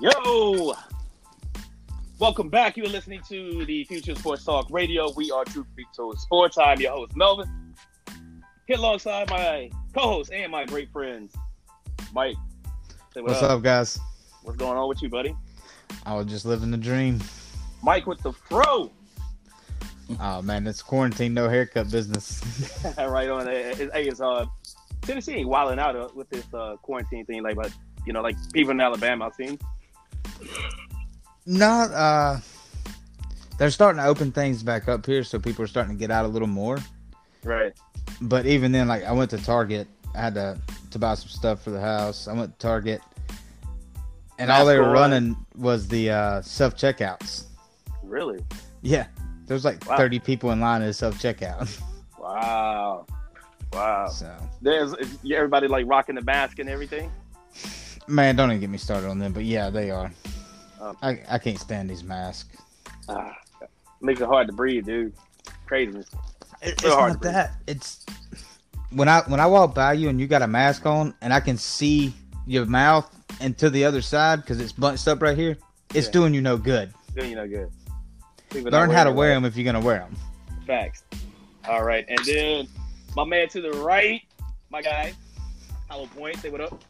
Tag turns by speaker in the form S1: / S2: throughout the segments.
S1: Yo! Welcome back. You're listening to the Future Sports Talk Radio. We are True Freak Told Sports. I'm your host, Melvin. Here alongside my co host and my great friends, Mike. Say what
S2: What's up, guys?
S1: What's going on with you, buddy?
S2: I was just living the dream.
S1: Mike with the fro.
S2: Oh man, it's quarantine, no haircut business.
S1: right on. there. It's- Hey, it's, uh, Tennessee ain't wilding out uh, with this uh, quarantine thing. Like, but, you know, like people in Alabama, I've seen.
S2: Not uh they're starting to open things back up here, so people are starting to get out a little more.
S1: Right.
S2: But even then, like I went to Target, I had to to buy some stuff for the house. I went to Target and all they were
S1: Mask on.
S2: running was the uh self checkouts.
S1: Really?
S2: Yeah. There's like
S1: Wow.
S2: thirty people in line at a self checkout.
S1: Wow. Wow.
S2: So
S1: There's is everybody like rocking the mask and everything.
S2: man, don't even get me started on them, but yeah, they are.
S1: Um,
S2: I, I can't stand these masks.
S1: Ah, makes it hard to breathe, dude. Craziness.
S2: It- it's
S1: Real hard
S2: not
S1: to breathe.
S2: that. It's when I when I walk by you and you got a mask on and I can see your mouth and to the other side because it's bunched up right here. It's
S1: Yeah.
S2: doing you no good.
S1: Doing you no good. People
S2: Learn
S1: not
S2: how to
S1: wearing
S2: wear them if you're gonna wear them.
S1: it. Facts. All right, and then my man to the right, my guy, Hollow Point. Say what up.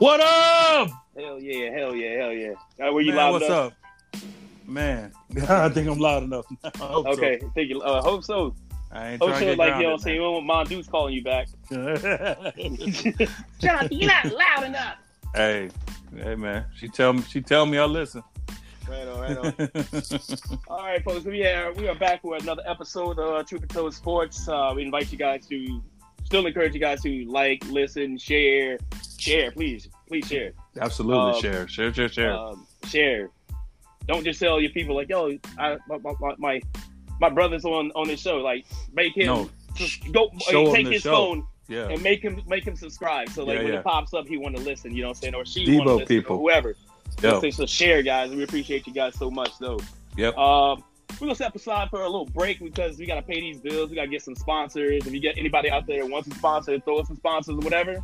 S3: What up?
S1: Hell yeah, hell yeah, hell yeah. All right, were you
S3: Man,
S1: loud
S3: what's
S1: enough?
S3: up? Man, I think I'm loud enough now. I hope so.
S1: Okay, thank you. Uh, hope so.
S3: I ain't
S1: Hope so.
S3: trying to get
S1: Like you know, what I'm
S3: grounded
S1: saying, when Mom Dude's calling you back.
S3: now.
S1: Shut up! You're not loud enough.
S3: hey, hey, man. She tell me. She tell me. I listen.
S1: Right on, right on. All right, folks. We are we are back for another episode of uh, True Patrol Sports. Uh, we invite you guys to still encourage you guys to like, listen, share, share. Please, please share,
S3: Absolutely.
S1: Um,
S3: share. Share. Share. Share.
S1: um, share. Don't just tell your people like, yo, I, my, my- my my my brother's on on this show. Like, make him
S3: no.
S1: sus- go uh,
S3: show him
S1: take
S3: the
S1: his
S3: show.
S1: phone
S3: Yeah.
S1: and make him make him subscribe. So like
S3: Yeah,
S1: when
S3: yeah.
S1: it pops up, he want to listen. You know what I'm saying? Or she
S3: Devo
S1: want to listen.
S3: people.
S1: Or whoever.
S3: Yo.
S1: So, so share, guys. We appreciate you guys so much, though.
S3: Yep.
S1: Um, we're gonna step aside for a little break because we gotta pay these bills. We gotta get some sponsors. If you get anybody out there that wants a sponsor, throw us some sponsors or whatever,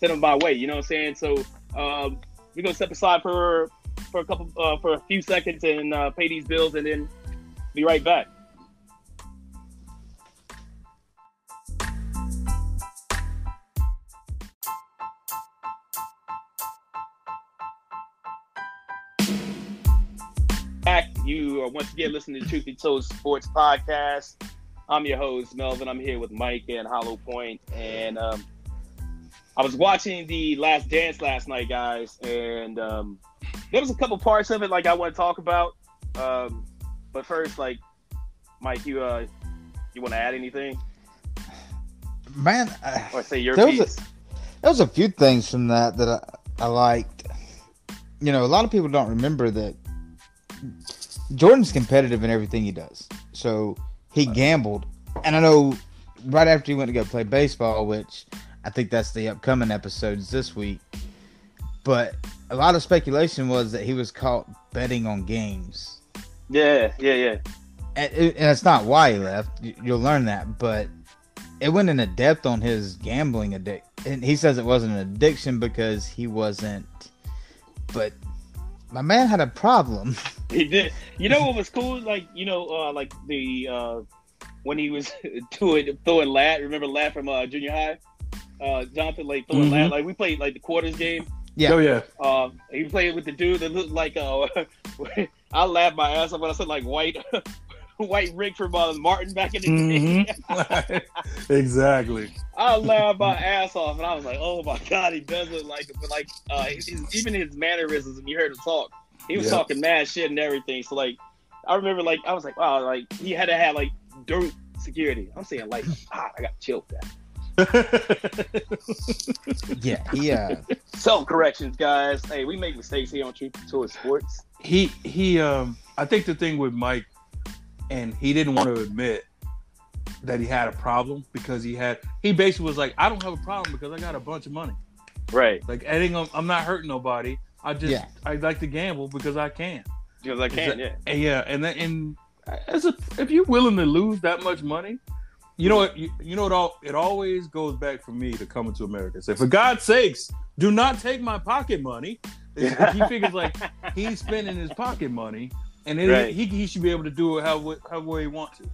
S1: send them my way. You know what I'm saying? So um, we're gonna step aside for for a couple uh, for a few seconds and uh, pay these bills, and then be right back. back. You are once again listening to Truth Be Told Sports Podcast. I'm your host, Melvin. I'm here with Mike and Hollow Point, and um, I was watching the Last Dance last night, guys, and um, there was a couple parts of it like I want to talk about. Um, but first, like Mike, you uh, you want to add anything
S2: Man, I,
S1: or say your
S2: There was a-
S1: piece?
S2: there was a few things from that that I, I liked. You know, a lot of people don't remember that Jordan's competitive in everything he does. So he gambled, and I know right after he went to go play baseball, which I think that's the upcoming episodes this week. But a lot of speculation was that he was caught betting on games
S1: Yeah, yeah, yeah.
S2: and, it- and it's not why he left. You- You'll learn that, but it went into depth on his gambling addict. And he says it wasn't an addiction because he wasn't. But my man had a problem.
S1: He did. You know what was cool? Like you know, uh, like the uh, when he was doing throwing lat. Remember lat from uh, junior high? Uh, Jonathan like throwing
S3: Mhm.
S1: lat. Like we played like the quarters game.
S2: Yeah.
S3: Oh yeah.
S1: Uh, he played with the dude that looked like uh, I laughed my ass off when I said like white, white Rick from uh, Martin back in the day.
S3: Mhm. exactly.
S1: I laughed my ass off, and I was like, "Oh my god, he does look like but like uh, his, his- even his mannerisms." When you heard him talk, he was
S3: Yeah.
S1: talking mad shit and everything. So like, I remember like I was like, "Wow!" Like he had to have like dirt security. I'm saying like, ah, I got chilled. That
S2: Yeah. He, uh,
S1: self corrections, guys. Hey, we make mistakes here on True Tour Sports.
S3: he he. Um. I think the thing with Mike, and he didn't want to admit that he had a problem because he had. He basically was like, I don't have a problem because I got a bunch of money.
S1: Right?
S3: Like I think I'm, I'm not hurting nobody. I just
S2: Yeah.
S3: I like to gamble because I can.
S1: Because I
S3: Is
S1: can.
S3: that-
S1: Yeah.
S3: And yeah, and then and as a, if you're willing to lose that much money, you know what you, you know it all it always goes back for me to coming to America. Say for God's sakes, do not take my pocket money. It's- like, he figures like he's spending his pocket money, and then
S1: Right.
S3: he, he should be able to do it how however he wants it.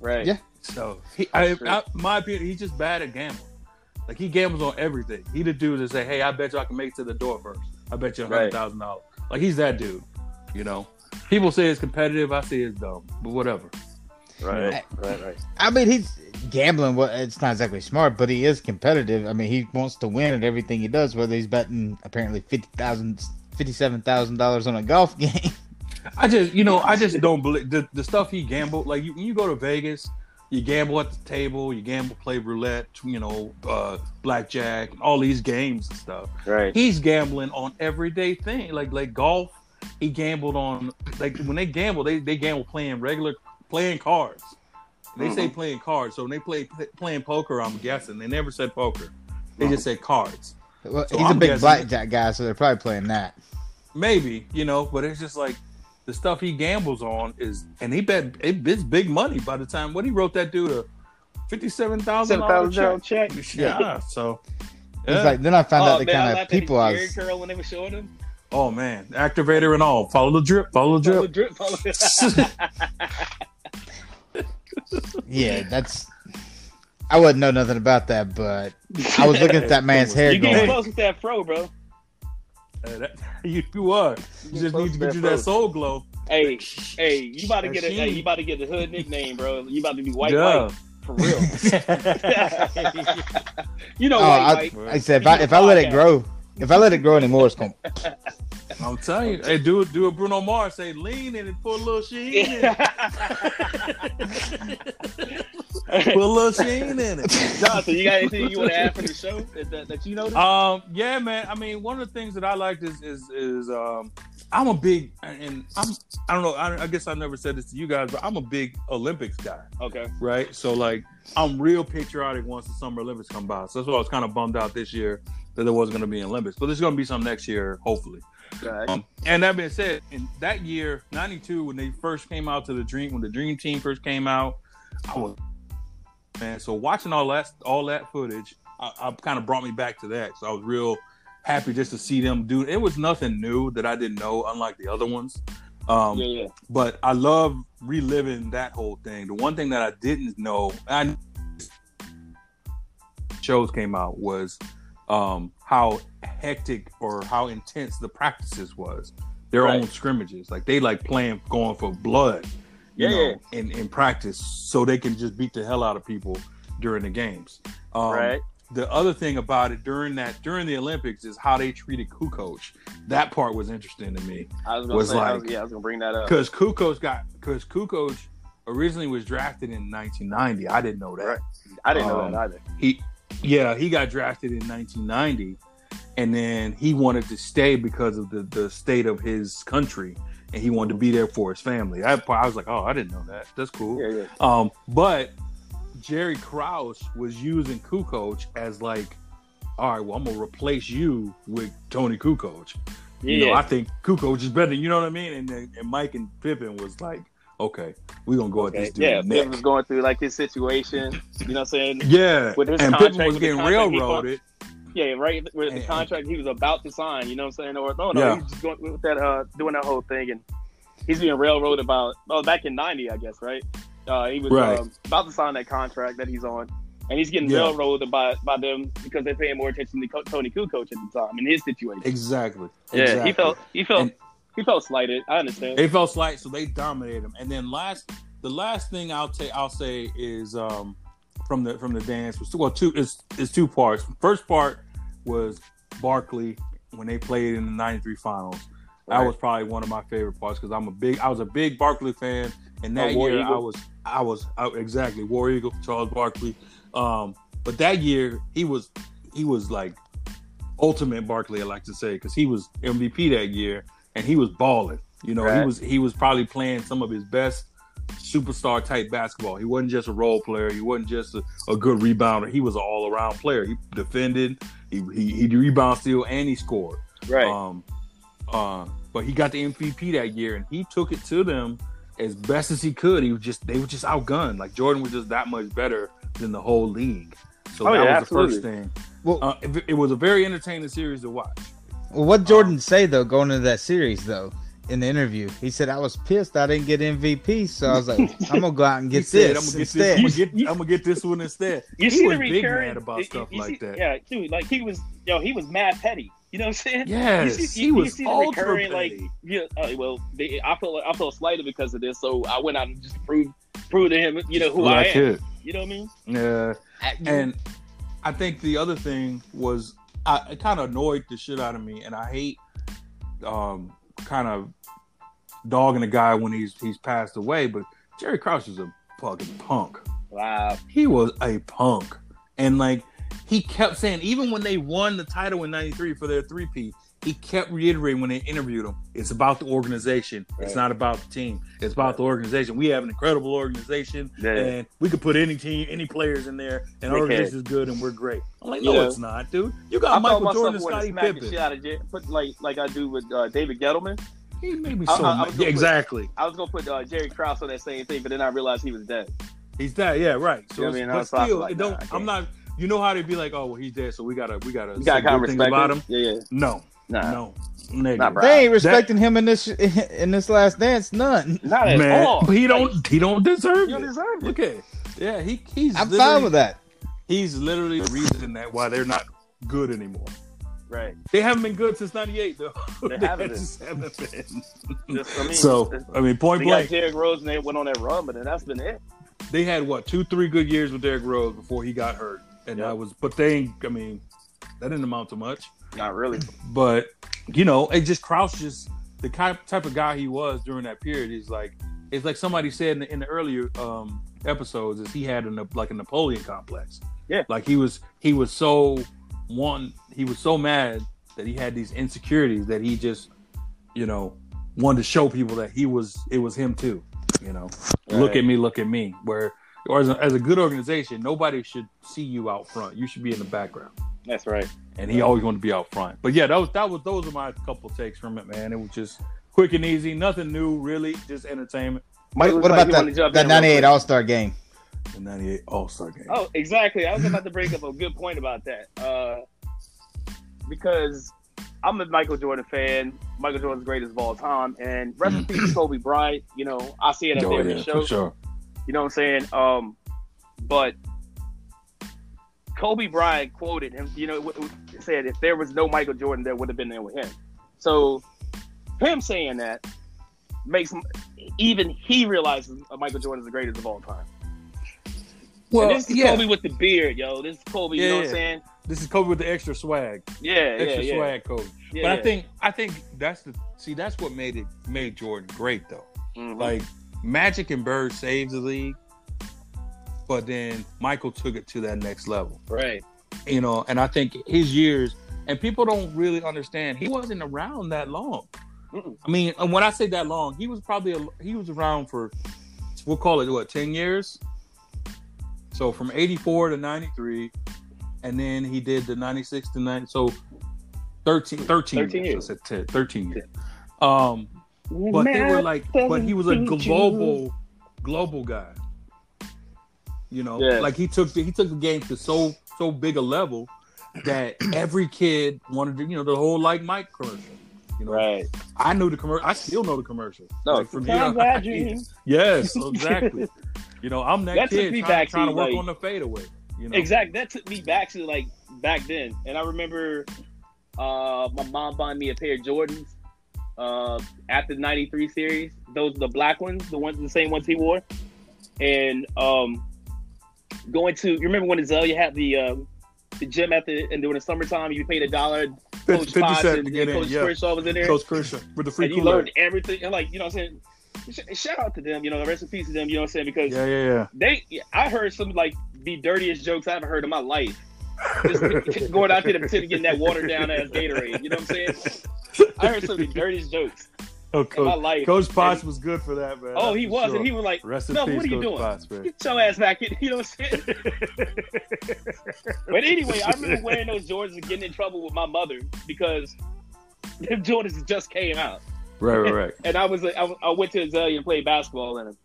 S1: right.
S2: Yeah.
S3: So he, I,
S1: True.
S3: I, my opinion, he's just bad at gambling. Like he gambles on everything. He the dude that say, "Hey, I bet you I can make it to the door first. I bet you a
S1: Right.
S3: hundred thousand dollars." Like he's that dude. You know, people say it's competitive. I say it's dumb, but whatever.
S1: Right. Right. Right.
S2: I mean, he's gambling. Well, it's not exactly smart, but he is competitive. I mean, he wants to win at everything he does, whether he's betting apparently fifty thousand, fifty-seven thousand dollars on a golf game.
S3: I just, you know, I just don't believe the, the stuff he gambled. Like you, when you go to Vegas, you gamble at the table, you gamble, play roulette, you know, uh, blackjack, all these games and stuff.
S1: Right.
S3: He's gambling on everyday thing, like like golf. He gambled on like when they gamble, they they gamble playing regular playing cards. They say playing cards, so when they play playing poker, I'm guessing they never said poker. They just said cards.
S2: Well,
S3: So
S2: he's
S3: I'm
S2: a big
S3: guessing-
S2: blackjack guy, so they're probably playing that.
S3: Maybe, you know, but it's just like the stuff he gambles on is, and he bet it, it's big money by the time what he wrote that dude a fifty-seven thousand dollars
S1: $7,000
S3: check.
S1: check.
S3: Yeah, so
S2: It's
S3: yeah.
S2: like then I found
S1: Oh,
S2: out the
S1: man, I
S2: kind of
S1: laughed at
S2: people I
S1: his
S2: was.
S1: beard curl when they were showing him.
S3: oh man, activator and all. Follow the drip. Follow the
S1: Follow Oh, the
S3: drip.
S1: drip, oh. follow the-
S2: Yeah, that's. I wouldn't know nothing about that, but I was looking at that man's hair.
S1: You
S2: going,
S1: getting close with that fro, bro?
S3: Uh, that- you, you are. You just need to get you that soul glow.
S1: Hey, hey, you about to get a
S3: That's
S1: hey,
S3: you.
S1: you about to get the hood nickname, bro. You about to be white
S3: Yeah.
S1: white for real. you know
S2: "Oh,
S1: white
S2: I,
S1: white.
S2: I said if I, if I let it grow, if I let it grow anymore, it's gonna."
S3: I'm telling you. Hey, do do a Bruno Mars. Say lean in and put a little sheen in it. Put a little sheen in it.
S1: Johnson, you got anything you want to add for the show that, that, that you noticed?
S3: Um, yeah, man. I mean, one of the things that I liked is is is um, I'm a big and I'm I don't know. I, I guess I never said this to you guys, but I'm a big Olympics guy,
S1: Okay,
S3: right? So like, I'm real patriotic once the Summer Olympics come by. So that's why I was kind of bummed out this year that there wasn't going to be an Olympics, but there's going to be some next year, hopefully.
S1: Alright.
S3: Um, and that being said, in that year '92, when they first came out to the Dream, when the Dream Team first came out, I was man. So watching all that all that footage, I, I kind of brought me back to that. So I was real happy just to see them do. It was nothing new that I didn't know, unlike the other ones. Um,
S1: yeah, yeah.
S3: But I love reliving that whole thing. The one thing that I didn't know, I knew shows came out was um, how hectic or how intense the practices was. Their
S1: Right.
S3: own scrimmages, like they like playing, going for blood, you
S1: Yeah,
S3: know, in, in practice, so they can just beat the hell out of people during the games. Um,
S1: right.
S3: the other thing about it during that during the Olympics is how they treated Kukoc. That part was interesting to me
S1: I was gonna
S3: was
S1: say, I was-
S3: like-
S1: yeah, I was gonna bring that up.
S3: because Kukoc got because Kukoc originally was drafted in 1990. I didn't know that.
S1: Right. I didn't know
S3: um,
S1: that either.
S3: He, yeah, he got drafted in 1990, and then he wanted to stay because of the the state of his country, and he wanted to be there for his family. That part, I was like, oh, I didn't know that. That's cool.
S1: Yeah, yeah.
S3: Um, but Jerry Krause was using Kukoc as like, all right, well, I'm gonna replace you with Tony Kukoc.
S1: Yeah,
S3: You know, I think Kukoc is better. You know what I mean? And then, and Mike and Pippen was like, okay, we're gonna go
S1: okay.
S3: at this dude
S1: yeah. Pippen was
S3: next.
S1: going through like his situation. You know what I'm saying?
S3: Yeah,
S1: With his
S3: and
S1: contract-
S3: Pippen was
S1: with the
S3: getting
S1: contract he
S3: railroaded.
S1: Yeah, right. With the
S3: And-
S1: contract he was about to sign, you know what I'm saying? Or no, no,
S3: Yeah.
S1: he was just going with that, uh, doing that whole thing, and he's being railroaded about. Oh, back in '90, I guess, right? Uh, he was
S3: Right.
S1: um, about to sign that contract that he's on, and he's getting
S3: Yeah.
S1: railroaded by by them because they're paying more attention to Co- Tony Kukoc at the time in his situation.
S3: Exactly.
S1: Yeah,
S3: exactly.
S1: he felt he felt
S3: And-
S1: he felt slighted. I understand.
S3: They felt slight, so they dominated them. And then last, the last thing I'll take, I'll say is um, from the from the dance was well, two is is two parts. First part was Barkley when they played in the '93 Finals. That
S1: Right.
S3: was probably one of my favorite parts because I'm a big, I was a big Barkley fan, and that
S1: Oh, War
S3: year
S1: Eagle.
S3: I was, I was I, exactly War Eagle Charles Barkley. Um, but that year he was, he was like ultimate Barkley, I like to say, because he was MVP that year and he was balling. You know, he
S1: Right.
S3: was he was probably playing some of his best superstar type basketball. He wasn't just a role player. He wasn't just a, a good rebounder. He was an all around player. He defended, he he, he rebound steal, and he scored.
S1: right.
S3: Um, uh, but he got the MVP that year, and he took it to them as best as he could. He was just they were just outgunned. Like Jordan was just that much better than the whole league. So
S1: Oh,
S3: that
S1: yeah,
S3: was the first
S1: absolutely.
S3: thing.
S2: Well,
S3: Uh, it, it was a very entertaining series to watch.
S2: Well, what Jordan say though going into that series though in the interview? He said I was pissed I didn't get MVP, so I was like, I'm gonna go out and
S3: He
S2: get this
S3: said, I'm gonna get
S2: instead.
S3: this. I'm gonna get, I'm gonna get this one instead.
S1: You
S3: he
S1: see
S3: was
S1: the
S3: big
S1: recurring-
S3: mad about
S1: you-
S3: stuff
S1: you
S3: like
S1: see-
S3: that.
S1: Yeah, dude, like he was, yo, he was mad petty. You know what I'm saying?
S3: Yes,
S1: you see,
S3: he
S1: you, you
S3: was
S1: see the
S3: ultra
S1: recurring like,
S3: petty.
S1: yeah. oh, well, they, I feel I felt slighted because of this, so I went out and just proved proved to him, you know, who I am.
S3: kid.
S1: You know what I mean?
S3: Yeah.
S2: and
S3: And I think the other thing was I it kind of annoyed the shit out of me, and I hate um, kind of dogging a guy when he's he's passed away. But Jerry Krause is a fucking punk.
S1: Wow.
S3: He was a punk, and like he kept saying, even when they won the title in '93 for their three P, he kept reiterating when they interviewed him, "It's about the organization. It's
S1: Right.
S3: not about the team. It's about the organization. We have an incredible organization
S1: Yeah.
S3: and we could put any team, any players in there, and
S1: We
S3: our
S1: can.
S3: organization is good, and we're great. I'm like, no,
S1: Yeah.
S3: it's not, dude. You
S1: I
S3: got
S1: thought
S3: Michael
S1: myself
S3: Jordan and
S1: wanted to
S3: Scottie
S1: smack the
S3: Pippen.
S1: shit out of J- put like like I do with uh, David Gettleman.
S3: He made me
S1: I-
S3: so
S1: I- I
S3: mad.
S1: was
S3: Yeah,
S1: gonna-
S3: exactly.
S1: I was gonna put uh, Jerry Krause on that same thing, but then I realized he was dead.
S3: He's dead. Yeah, right. So,
S1: Yeah, I
S3: it's-
S1: mean, I
S3: but
S1: was talking
S3: still,
S1: like,
S3: it don't.
S1: nah, I
S3: I'm not. You know how they'd be like, oh, well, he's dead, so we gotta, we gotta,
S1: You got
S3: say
S1: to kind of
S3: good things
S1: respect
S3: about
S1: him.
S3: him.
S1: Yeah, yeah.
S3: No,
S1: Nah,
S3: no, negative.
S1: Nah, bro.
S2: they ain't respecting him in this in this last dance. None.
S1: not at
S3: man.
S1: all.
S3: But he
S1: Like,
S3: don't. He don't
S1: you
S3: deserve
S1: don't
S3: it.
S1: deserve it.
S3: Look at. it. Yeah, he. He's.
S2: I'm
S3: literally-
S2: fine with that.
S3: He's literally the reason that why they're not good anymore.
S1: Right.
S3: They haven't been good since '98, though.
S1: They haven't been.
S3: just haven't been.
S1: Just, I mean,
S3: so I mean, point
S1: we got
S3: blank,
S1: Derrick Rose and they went on that run, but then that's been it.
S3: they had what two, three good years with Derrick Rose before he got hurt, and
S1: Yep.
S3: that was. But they, ain't- I mean, that didn't amount to much.
S1: Not really.
S3: But you know, it just Krause just the ki- type of guy he was during that period. He's like, it's like somebody said in the, in the earlier um, episodes, is he had an, like a Napoleon complex.
S1: Yeah.
S3: like he was he was so one he was so mad that he had these insecurities that he just you know wanted to show people that he was it was him too. You know, look
S1: Right.
S3: at me, look at me. Where or as a, as a good organization, nobody should see you out front. You should be in the background
S1: That's right.
S3: and he always wanted to be out front. But yeah, that was that was those are my couple takes from it, man. It was just quick and easy, nothing new, really, just entertainment.
S1: Mike
S2: what
S1: looks like
S2: about
S1: he wanted to
S2: that,
S1: jump
S2: that
S1: in real
S2: 98
S1: quick.
S2: All Star game?
S3: The '98 All Star game.
S1: Oh, exactly. I was about to bring up a good point about that. Uh, because I'm a Michael Jordan fan. Michael Jordan's greatest of all time. And rest in peace, Kobe Bryant. You know, I see it up
S3: Oh,
S1: there in
S3: yeah,
S1: the show.
S3: for sure.
S1: You know what I'm saying? Um, but Kobe Bryant quoted him. You know, w- w- said if there was no Michael Jordan, there would have been there with him. So him saying that makes m- even he realizes Michael Jordan is the greatest of all time. Well, this is Kobe with the beard, yo. This is Kobe. you
S3: Yeah,
S1: know what
S3: yeah.
S1: I'm saying?
S3: this is Kobe with the extra swag,
S1: Yeah, yeah,
S3: extra
S1: yeah.
S3: swag, Kobe.
S1: yeah
S3: but
S1: yeah.
S3: I think I think that's the see that's what made it made Jordan great though.
S1: Mhm.
S3: Like Magic and Bird saved the league, but then Michael took it to that next level.
S1: right,
S3: you know, and I think his years and people don't really understand he wasn't around that long.
S1: Mm-mm.
S3: I mean, and when I say that long, he was probably a, he was around for we'll call it what ten years. So from eighty four to ninety three, and then he did the ninety six to ninety so 13, 13,
S1: 13
S3: years.
S1: years.
S3: I said 10, thirteen years. Um, but they were like, but he was a global, global guy. You know,
S1: Yeah.
S3: like he took the, he took the game to so so big a level that every kid wanted to, you know, the whole like Mike commercial. You know,
S1: right.
S3: I knew the commercial. I still know the commercial.
S1: No,
S3: Like,
S1: from
S3: from here on- yes, exactly. you know, I'm that
S1: That took
S3: kid
S1: me
S3: trying,
S1: back
S3: trying to
S1: to,
S3: work
S1: like-
S3: on the fadeaway. You know,
S1: Exactly. That took me back to like back then, and I remember uh, my mom buying me a pair of Jordans uh, at the '93 series. Those the black ones, the ones the same ones he wore, and um, going to. You remember when Azalea had the uh, the gym at the and during the summertime, you paid a dollar. Coach
S3: Fifty
S1: Fox
S3: cent
S1: and,
S3: to get
S1: and
S3: in.
S1: Coach
S3: Yeah,
S1: Kershaw was in there.
S3: Coach Kershaw with the free
S1: and you
S3: cooler.
S1: learned everything. And like you know, what I'm saying, Sh- shout out to them. You know, the rest in peace to them. You know what I'm saying? Because
S3: Yeah, yeah,
S1: they I heard some like the dirtiest jokes I ever heard in my life. Just going out there to pretend to get that watered down ass Gatorade. You know what I'm saying?
S3: yeah.
S1: I heard some of the dirtiest jokes
S3: Oh,
S1: in my
S3: Coach,
S1: life.
S3: Coach Potts was good for that, man.
S1: oh,
S3: That's
S1: he
S3: for
S1: was,
S3: sure.
S1: and he was like,
S3: Rest in
S1: No,
S3: peace,
S1: what are you
S3: Coach
S1: doing?
S3: Fox, man.
S1: "Get your ass back!" in," You know what I'm saying? But anyway, I remember wearing those Jordans and getting in trouble with my mother because the Jordans just came out,
S3: right, right, right.
S1: and I was like, I, I went to Azalea and played basketball in them.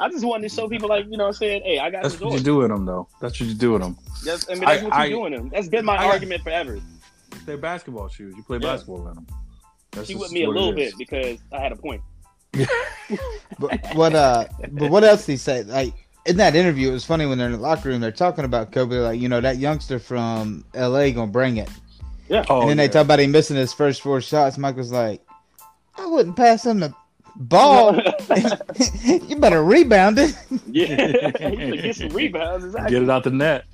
S1: I just wanted to show people, like, you know, what I'm saying, "Hey, I got
S3: That's
S1: the
S3: what you
S1: Jordans."
S3: do with him, though. That's what you do with him.
S1: That's, I mean, that's
S3: I-
S1: what you're
S3: I-
S1: doing. Them. That's been my
S3: I-
S1: argument forever.
S3: they're basketball shoes. You play
S1: Yeah.
S3: basketball in them. That's
S1: She
S3: just
S1: with me a
S3: what it
S1: little
S3: is.
S1: bit because I had a point.
S2: But what uh but what else did he say? Like in that interview, it was funny when they're in the locker room, they're talking about Kobe, they're like, you know, that youngster from LA gonna bring it.
S3: Oh,
S2: and then they
S3: yeah.
S2: talk about him missing his first four shots. Mike was like, I wouldn't pass him the ball. you better rebound it.
S1: yeah, he could get some rebounds. Exactly.
S3: get it out the net.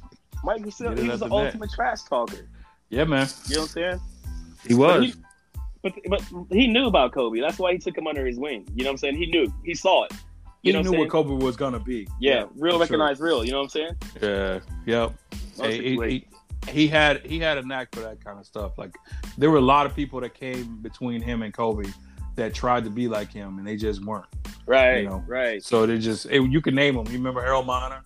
S1: Mike was still,
S3: Get it
S1: he
S3: out
S1: was the
S3: the net.
S1: ultimate trash talker.
S3: Yeah, man.
S1: You know what I'm saying?
S3: He was.
S1: But but he knew about Kobe. That's why he took him under his wing. You know what I'm saying? He knew. He saw it.
S3: He
S1: You know
S3: knew
S1: what I'm
S3: what Kobe was gonna be.
S1: Yeah, real
S3: for
S1: recognized real. You know what I'm saying?
S3: Sure. Yeah. Yep.
S1: Most
S3: Hey,
S1: people
S3: he,
S1: ain't.
S3: he- he had he had a knack for that kind of stuff. Like there were a lot of people that came between him and Kobe that tried to be like him, and they just weren't.
S1: Right,
S3: you know.
S1: right.
S3: So they just it, you can name them. You remember Errol Minor,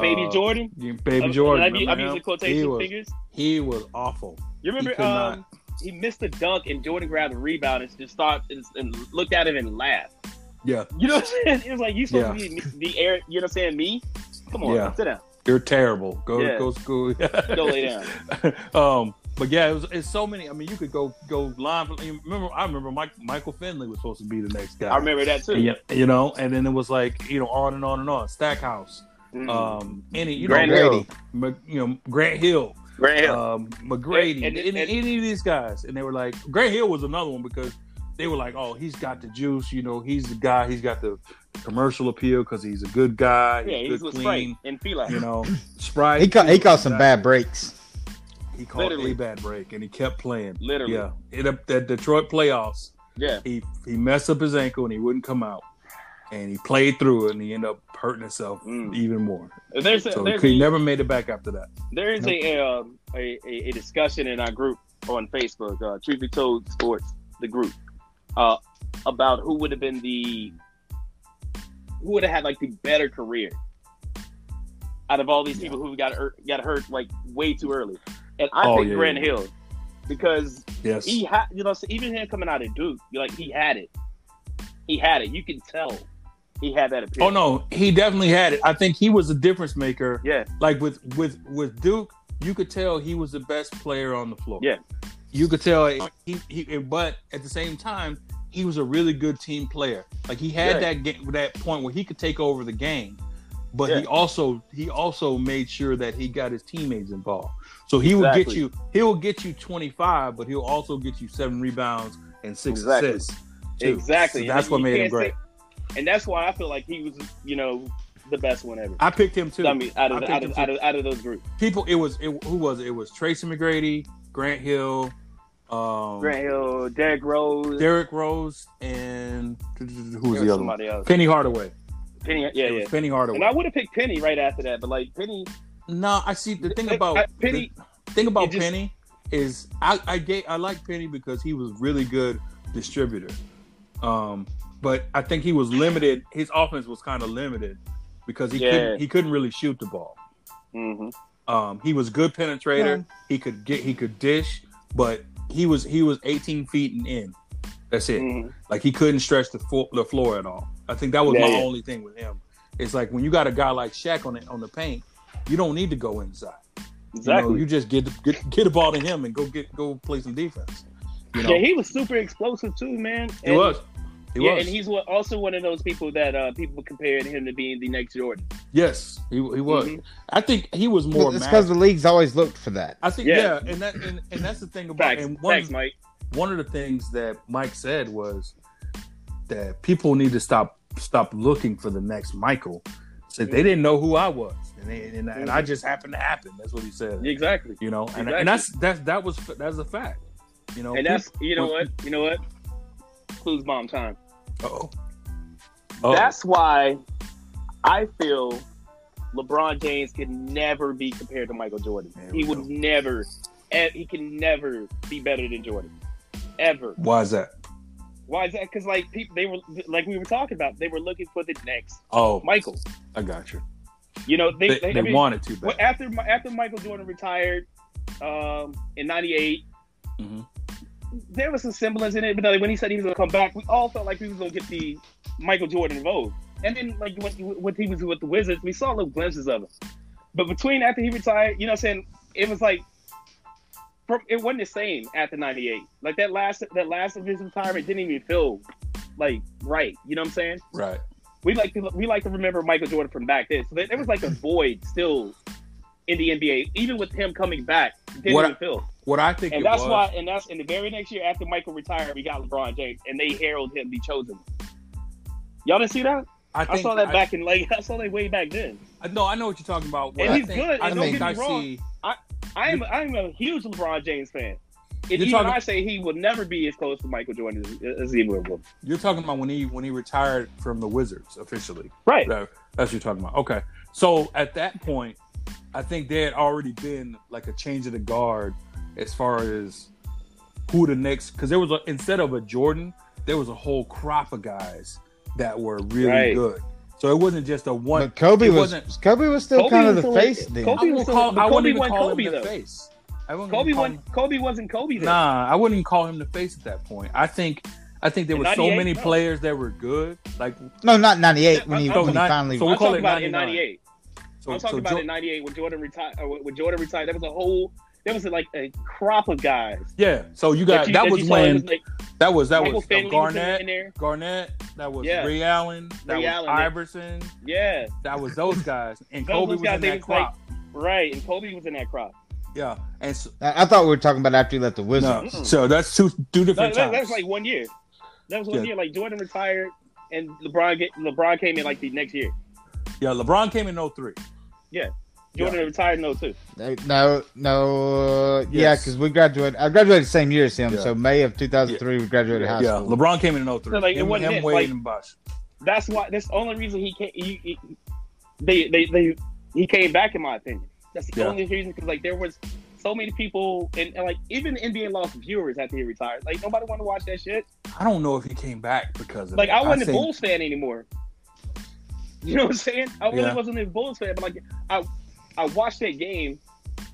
S1: Baby
S3: Uh,
S1: Jordan.
S3: You- Baby
S1: I'm-
S3: Jordan.
S1: I'm, I'm
S3: remember
S1: using
S3: him? he
S1: quotation
S3: was
S1: fingers.
S3: he was awful.
S1: You remember
S3: could
S1: um, he missed the dunk and Jordan grabbed the rebound and just thought and, and looked at him and laughed.
S3: Yeah,
S1: You know what I'm saying? It was like you supposed to be the air. You know what I'm saying? Me? Come on,
S3: Yeah.
S1: sit down.
S3: you're terrible. Go
S1: Yeah.
S3: go school.
S1: Go lay down.
S3: um, but yeah, it was, it's so many. I mean, you could go go line. For, you remember, I remember Mike, Michael Finley was supposed to be the next guy.
S1: I remember that too.
S3: Yeah, you know, and then it was like you know on and on and on. Stackhouse,
S1: Mm.
S3: um, any you
S1: Grant
S3: know,
S2: Hill.
S3: Mc, you know Grant Hill,
S1: Grant Hill.
S3: um, McGrady,
S1: And- and-
S3: any,
S1: and-
S3: any of these guys, and they were like Grant Hill was another one because they were like, oh, he's got the juice, you know, he's the guy, he's got the commercial appeal because he's a good guy,
S1: yeah, he
S3: good,
S1: was with Sprite
S3: clean,
S1: and Feli.
S3: you know, Sprite.
S2: He caught he
S3: too,
S2: caught some
S3: exactly.
S2: bad breaks.
S3: He caught
S1: Literally.
S3: a bad break, and he kept playing.
S1: Literally.
S3: yeah. In the, the Detroit playoffs,
S1: Yeah.
S3: he he messed up his ankle and he wouldn't come out, and he played through it, and he ended up hurting himself
S1: Mm.
S3: even more.
S1: There's a,
S3: So
S1: there's
S3: he
S1: a-
S3: never made it back after that.
S1: There is a, um, a, a a discussion in our group on Facebook, uh, Truth Be Told Sports, the group, uh, about who would have been the who would have had like the better career out of all these people who got hurt, got hurt like way too early, and I
S3: Oh,
S1: picked
S3: yeah,
S1: Grant
S3: yeah.
S1: Hill because
S3: Yes,
S1: he had you know so even him coming out of Duke, you're like he had it, he had it. You can tell he had that appearance.
S3: Oh no, he definitely had it. I think he was a difference maker.
S1: Yeah.
S3: Like with with with Duke, you could tell he was the best player on the floor.
S1: Yeah.
S3: You could tell he, he but at the same time, he was a really good team player. Like he had
S1: Yeah.
S3: that game, that point where he could take over the game, but
S1: Yeah.
S3: he also he also made sure that he got his teammates involved. So he will
S1: Exactly.
S3: get you he will get you 25, but he'll also get you 7 rebounds and 6
S1: Exactly.
S3: assists. too.
S1: exactly.
S3: So
S1: And
S3: that's what
S1: you
S3: made him
S1: can't say-
S3: great.
S1: and that's why I feel like he was, you know, the best one ever.
S3: I picked him too.
S1: I mean, out of,
S3: I
S1: the,
S3: picked
S1: out,
S3: him
S1: of,
S3: too.
S1: out, of, out of those groups,
S3: people it was it, who was it? it was Tracy McGrady, Grant Hill, um
S1: Grant Hill, Derrick Rose,
S3: Derrick Rose, and who was
S1: there was
S3: the other one?
S1: somebody else.
S3: Penny Hardaway.
S1: Penny, yeah,
S3: It was
S1: yeah.
S3: Penny Hardaway.
S1: And I would have picked Penny right after that, but like Penny,
S3: no, I see the thing
S1: I-
S3: about
S1: I- Penny-
S3: the thing about
S1: it just-
S3: Penny is I I get I like Penny because he was really good distributor. Um but I think he was limited his offense was kind of limited because he
S1: Yeah.
S3: couldn't he couldn't really shoot the ball.
S1: hmm
S3: Um, he was good penetrator. He could get, he could dish, but he was he was 18 feet and in. That's it.
S1: hmm
S3: Like he couldn't stretch the floor, the floor at all. I think that was
S1: Yeah,
S3: my
S1: yeah.
S3: only thing with him. It's like when you got a guy like Shaq on the on the paint, you don't need to go inside. You,
S1: exactly.
S3: know, you just get, the- get get the ball to him and go get go play some defense. You know,
S1: Yeah, he was super explosive too, man.
S3: he was. He
S1: yeah,
S3: was.
S1: and he's one- also one of those people that uh, people compared him to being the next Jordan.
S3: yes, he, he was.
S1: Mhm.
S3: I think he was more.
S2: But it's because
S3: Mad.
S2: the league's always looked for that.
S3: I think
S1: Yeah.
S3: yeah, and that and, and that's the thing about
S1: Facts,
S3: and one of
S1: facts, Mike.
S3: one of the things that Mike said was that people need to stop stop looking for the next Michael. Said they didn't know who I was, and, they, and, I- and
S1: Mm-hmm.
S3: I just happened to happen. That's what he said.
S1: Exactly.
S3: You know, and,
S1: Exactly.
S3: and that's that's that was that's a fact. You know,
S1: And that's you know what
S3: Well-
S1: you know what. Clues bomb time.
S3: oh, oh,
S1: That's why I feel LeBron James can never be compared to Michael Jordan.
S3: There
S1: He
S3: we
S1: would
S3: go.
S1: never, e- he can never be better than Jordan, ever.
S3: why is that?
S1: Why is that? Because like people, they were like we were talking about, they were looking for the next
S3: Oh,
S1: Michael.
S3: I got you.
S1: You know, they
S3: They,
S1: they,
S3: they,
S1: I mean,
S3: wanted to,
S1: what-
S3: but
S1: after Mi- after Michael Jordan retired um, in '98.
S3: Mhm.
S1: There was some semblance in it, but like when he said he was gonna come back, we all felt like he was gonna get the Michael Jordan vote. And then like when, when he was with the Wizards, we saw little glimpses of him. But between after he retired, you know, what I'm saying it was like from, it wasn't the same after '98. Like that last that last of his retirement didn't even feel like right. You know what I'm saying?
S3: Right.
S1: We like to we like to remember Michael Jordan from back then. So there, there was like a void still in the NBA, even with him coming back. Didn't
S3: What I-
S1: even feel.
S3: What I think
S1: And
S3: it
S1: that's
S3: was.
S1: why, and that's and the very next year after Michael retired, we got LeBron James, and they heralded him the chosen. one. Y'all didn't see that?
S3: I,
S1: I,
S3: think,
S1: saw that back in like I saw that way back then.
S3: I, no, I know what you're talking about. What
S1: And
S3: I
S1: he's
S3: think,
S1: good,
S3: I
S1: and
S2: don't
S3: think
S1: get me
S3: I
S1: wrong.
S3: see.
S1: I am I am a huge LeBron James fan. And
S3: You're
S1: even
S3: talking-
S1: I say he will never be as close to Michael Jordan as, as he ever will.
S3: You're talking about when he when he retired from the Wizards officially.
S1: Right.
S3: That- that's what you're talking about. Okay. So at that point, I think there had already been like a change of the guard as far as who the next because there was a, instead of a Jordan, there was a whole crop of guys that were really
S1: Right.
S3: good. So it wasn't just a one.
S2: But Kobe
S3: it
S2: was
S3: wasn't-
S2: Kobe was still
S1: Kobe
S2: kind of
S1: was
S2: the
S1: still-
S2: face then.
S1: Kobe-
S3: I wouldn't
S1: was-
S3: call,
S1: but
S3: I wouldn't
S1: Kobe
S3: even
S1: wasn't
S3: call
S1: Kobe,
S3: him the
S1: though.
S3: face. I wouldn't
S1: Kobe
S3: even call
S1: wasn't
S3: him-
S1: Kobe wasn't Kobe then.
S3: Nah, I wouldn't call him the face at that point. I think I think there
S1: In
S3: were so
S1: 98,
S3: many
S1: no.
S3: players that were good. Like
S2: No, not ninety eight when he,
S1: I'm- I'm
S2: when he
S3: Oh, not-
S2: finally.
S3: so
S1: I'm
S3: we'll call
S1: talking
S3: it
S1: about in
S3: 99.
S1: '98.
S3: so,
S1: I'm talking
S3: so
S1: about
S3: Jo-
S1: in '98 when Jordan retired. Or when Jordan retired, there was a whole there was like a crop of guys.
S3: Yeah, so you got
S1: you-
S3: that
S1: you
S3: was
S1: saw, it
S3: when
S1: like
S3: that was that
S1: Michael
S3: was um,
S1: Finley was in-
S3: Garnett,
S1: in there.
S3: Garnett, that was
S1: Yeah.
S3: Ray Allen, that
S1: Ray
S3: was
S1: Allen, yeah.
S3: Iverson,
S1: Yeah,
S3: that was those guys, and
S1: Those
S3: Kobe
S1: was
S3: was
S1: guys
S3: in
S1: they
S3: that
S1: was like-
S3: crop.
S1: right. And Kobe was in that crop.
S3: yeah, and so,
S2: I I thought we were talking about after he left the Wizards.
S3: no, so that's two two
S1: That, Mm.
S3: different
S1: that,
S3: times.
S1: that was like one year. That was one
S3: Yeah.
S1: year. Like Jordan retired, and LeBron get, LeBron came in like the next year.
S3: yeah, LeBron came in 03.
S1: Jordan retired in 02.
S2: Uh, No, no, uh, yeah,
S3: Yes.
S2: because we graduated. I graduated the same year as him,
S3: Yeah.
S2: so May of 2003, we graduated high
S3: yeah,
S2: school.
S3: LeBron came in 03.
S1: So, like, it
S3: him,
S1: wasn't
S3: him,
S1: it,
S3: Wade,
S1: like-
S3: and Bosh.
S1: That's why. That's the only reason he came. He, he, they, they, they, he came back in my opinion. That's the
S3: Yeah.
S1: only reason because like there was so many people and, and, like even the NBA lost viewers after he retired. Like nobody wanted to watch that shit.
S3: I don't know if he came back because of
S1: Like
S3: that.
S1: I wasn't a
S3: think-
S1: Bulls fan anymore. You know what I'm saying? I really
S3: Yeah.
S1: wasn't a Bulls fan, but like I, I watched that game.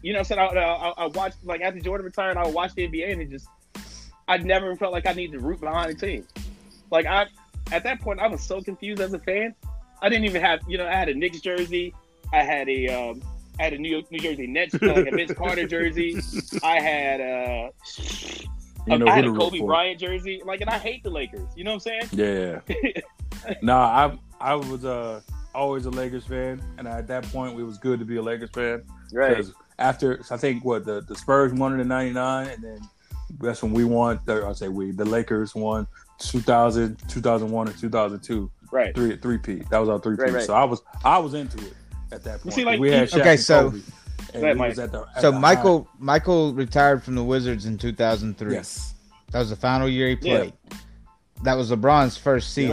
S1: You know what I'm saying? I, I, I watched like after Jordan retired, I watched the NBA and it just, I never felt like I needed to root behind a team. Like I, at that point, I was so confused as a fan. I didn't even have, you know, I had a Knicks jersey, I had a, um, I had a New York, New Jersey Nets, uh, like a Vince Carter jersey. I had, uh,
S3: you know,
S1: I had
S3: who to
S1: a
S3: root
S1: Kobe
S3: for.
S1: Bryant jersey. Like, and I hate the Lakers. You know what I'm saying?
S3: Yeah. nah, I I was uh, always a Lakers fan, and at that point, it was good to be a Lakers fan. Because after so I think what the, the Spurs won it in '99, and then that's when we won. Or I say we the Lakers won 2000, 2001, and 2002
S1: Right.
S3: three three P. That was our three P.
S1: Right, right.
S3: So I was I was into it at that point.
S1: see, like,
S3: we had
S2: you-
S3: Shaq
S2: okay,
S3: and
S2: so-
S3: Kobe, and
S1: Right,
S3: we
S1: Mike.
S3: was at the, at
S2: So
S3: the
S2: Michael Michael retired from the Wizards in 2003.
S3: high- yes,
S2: That was the final year he
S1: Yeah.
S2: played. That was LeBron's first season.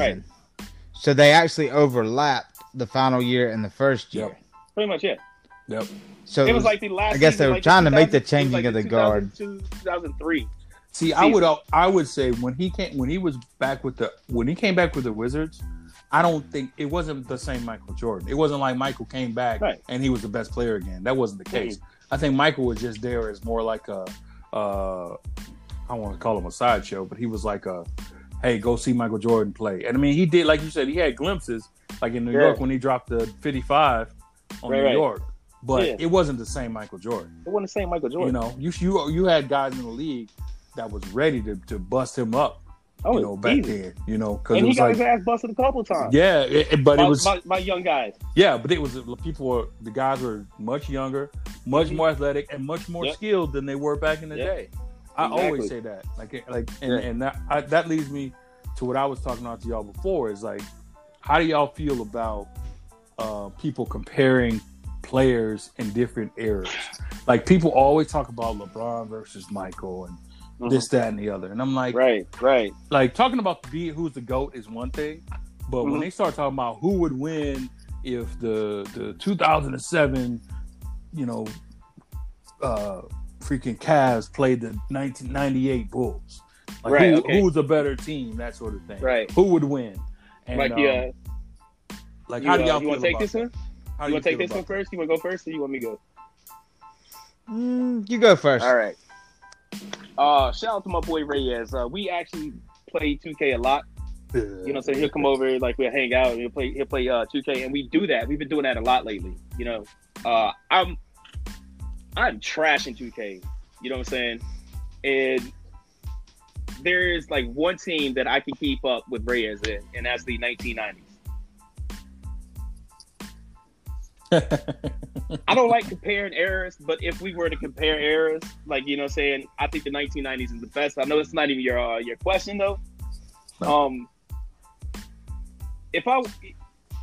S1: Right.
S2: So they actually overlapped the final year and the first year.
S3: Yep.
S1: Pretty much, yeah.
S3: yep,
S2: So
S1: It was like the last.
S2: I guess they
S1: season,
S2: were
S1: like
S2: trying to make the
S1: 2000 it was
S2: changing of the
S1: 2002, 2003.
S3: See, I
S1: season.
S3: would al- I would say when he came when he was back with the when he came back with the Wizards, I don't think it wasn't the same Michael Jordan. It wasn't like Michael came back
S1: Right.
S3: and he was the best player again. That wasn't the case. I think Michael was just there as more like a uh I want to call him a sideshow, but he was like a hey, go see Michael Jordan play. And I mean, he did like you said, he had glimpses like in New
S1: Yeah.
S3: York when he dropped the 55 on
S1: Right,
S3: New
S1: right.
S3: York, but
S1: Yeah.
S3: it wasn't the same Michael Jordan.
S1: It wasn't the same Michael Jordan.
S3: You know, you you you had guys in the league that was ready to, to bust him up.
S1: oh,
S3: you know, back
S1: easy.
S3: then, you know, because
S1: And
S3: it
S1: he
S3: was
S1: got
S3: like,
S1: his ass busted a couple times.
S3: yeah, it, it- but
S1: by,
S3: it was,
S1: by, by young guys.
S3: yeah, but it was people were the guys were much younger, much
S1: Mhm.
S3: more athletic, and much more
S1: Yep.
S3: skilled than they were back in the
S1: Yep.
S3: day. I always
S1: Exactly.
S3: say that, like, like, and, and that I, that leads me to what I was talking about to y'all before is like, how do y'all feel about uh, people comparing players in different eras? Like, people always talk about LeBron versus Michael and this, that, and the other, and I'm like,
S1: Mm-hmm. Right, right.
S3: like talking about the be who's the goat is one thing, but
S1: Mhm.
S3: when they start talking about who would win if the the 2007, you know, uh, freaking Cavs played the 1998 Bulls, like
S1: Right,
S3: who,
S1: okay.
S3: who's a better team, that sort of thing,
S1: Right.
S3: Who would win? And,
S1: like,
S3: um,
S1: yeah.
S3: like
S1: you,
S3: how do
S1: uh,
S3: y'all
S1: you
S3: feel
S1: want to take
S3: about
S1: this
S3: that?
S1: one?
S3: How do
S1: You want to take
S3: feel
S1: this one
S3: about that?
S1: first? You want to go first, or you want me to go?
S2: Mm, you go first.
S1: All right. Uh, shout out to my boy Reyes. Uh, we actually play 2K a lot. You know, so he'll come over, like we'll hang out, and he'll play, he'll play uh, 2K, and we do that. We've been doing that a lot lately. You know, uh, I'm, I'm trash in 2K. You know what I'm saying? And there is like one team that I can keep up with Reyes in, and that's the 1990s. I don't like comparing eras, but if we were to compare eras, like you know, what I'm saying I think the 1990s is the best. I know it's not even your uh, your question though. Um, if I,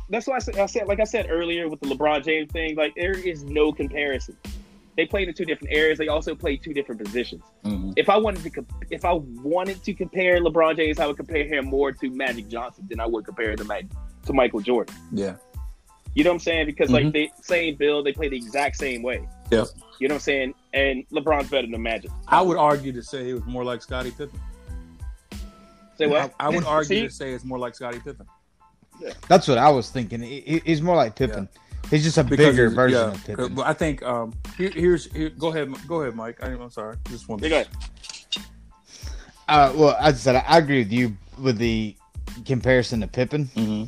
S1: that's why I said, I said, like I said earlier with the LeBron James thing, like there is no comparison. They played in two different eras. They also played two different positions.
S3: Mhm.
S1: If I wanted to, comp- if I wanted to compare LeBron James, I would compare him more to Magic Johnson than I would compare to Mag- to Michael Jordan.
S3: Yeah.
S1: You know what I'm saying? Because like
S3: Mhm.
S1: they same build, they play the exact same way.
S3: Yep.
S1: You know what I'm saying? And LeBron's better than Magic.
S3: I would argue to say it was more like Scottie Pippen.
S1: Say what?
S3: I, I would argue
S1: See?
S3: to say it's more like Scottie Pippen.
S2: That's what I was thinking. He- he- He's more like Pippen. He's just a bigger
S3: he's-
S2: version
S3: yeah,
S2: of Pippen.
S3: But I think um, here, here's here, go ahead, go ahead, Mike. I, I'm sorry, just one.
S1: Yeah, go ahead.
S2: Uh, well, as I said, I agree with you with the comparison to Pippen
S3: Mhm.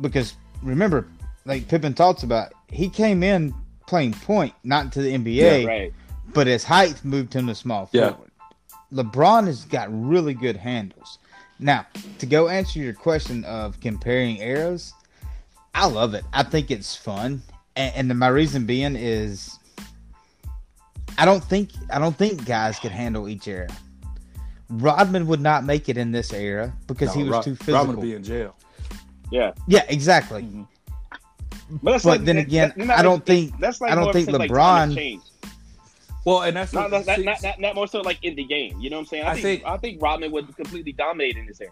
S2: because remember, like Pippen talks about, he came in playing point, not into the NBA,
S1: Right.
S2: but his height moved him to small
S3: Yeah.
S2: forward. LeBron has got really good handles. Now, to go answer your question of comparing eras, I love it. I think it's fun, and, and my reason being is, I don't think I don't think guys could handle each era. Rodman would not make it in this era because
S3: No,
S2: he was
S3: Rob-
S2: too
S3: Robin
S2: physical.
S3: would be in jail.
S1: Yeah.
S2: yeah, exactly.
S3: Mhm.
S1: But, that's
S2: But then again,
S1: that's not-
S2: I don't think
S1: That's like
S2: I don't
S1: more
S2: think
S1: so, like,
S2: LeBron-
S1: time change.
S3: Well, and that's
S1: Not,
S3: what-
S1: not, not,
S3: see-
S1: not, not, not more so like in the game. You know what I'm saying? I,
S3: I
S1: think,
S3: think-
S1: I think Rodman would completely dominate in this era.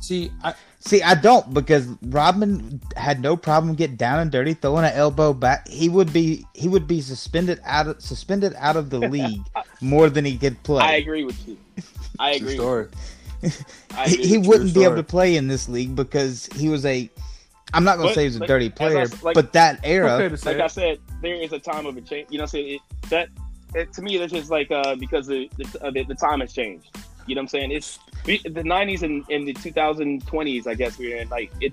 S3: See, I,
S2: See, I don't because Rodman had no problem getting down and dirty, throwing an elbow back. He would be he would be suspended out of suspended out of the league more than he could play.
S1: I agree with you. I
S3: true
S1: agree. With
S3: story.
S1: you. I
S2: he,
S1: agree
S2: he
S1: with
S2: wouldn't be able
S3: story.
S2: to play in this league because he was a. I'm not gonna
S1: But-
S2: say he was a
S1: but
S2: dirty
S1: as I
S2: player,
S1: s- like-
S2: but that era.
S3: Okay to
S1: you.
S3: say
S1: Like I said, there is a time of a change. You know what I'm saying? It, that it, to me, that's just like uh, because the, the, uh, the the time has changed. You know what I'm saying? It's we- the 90s and, and the 2020s. I guess we're in like it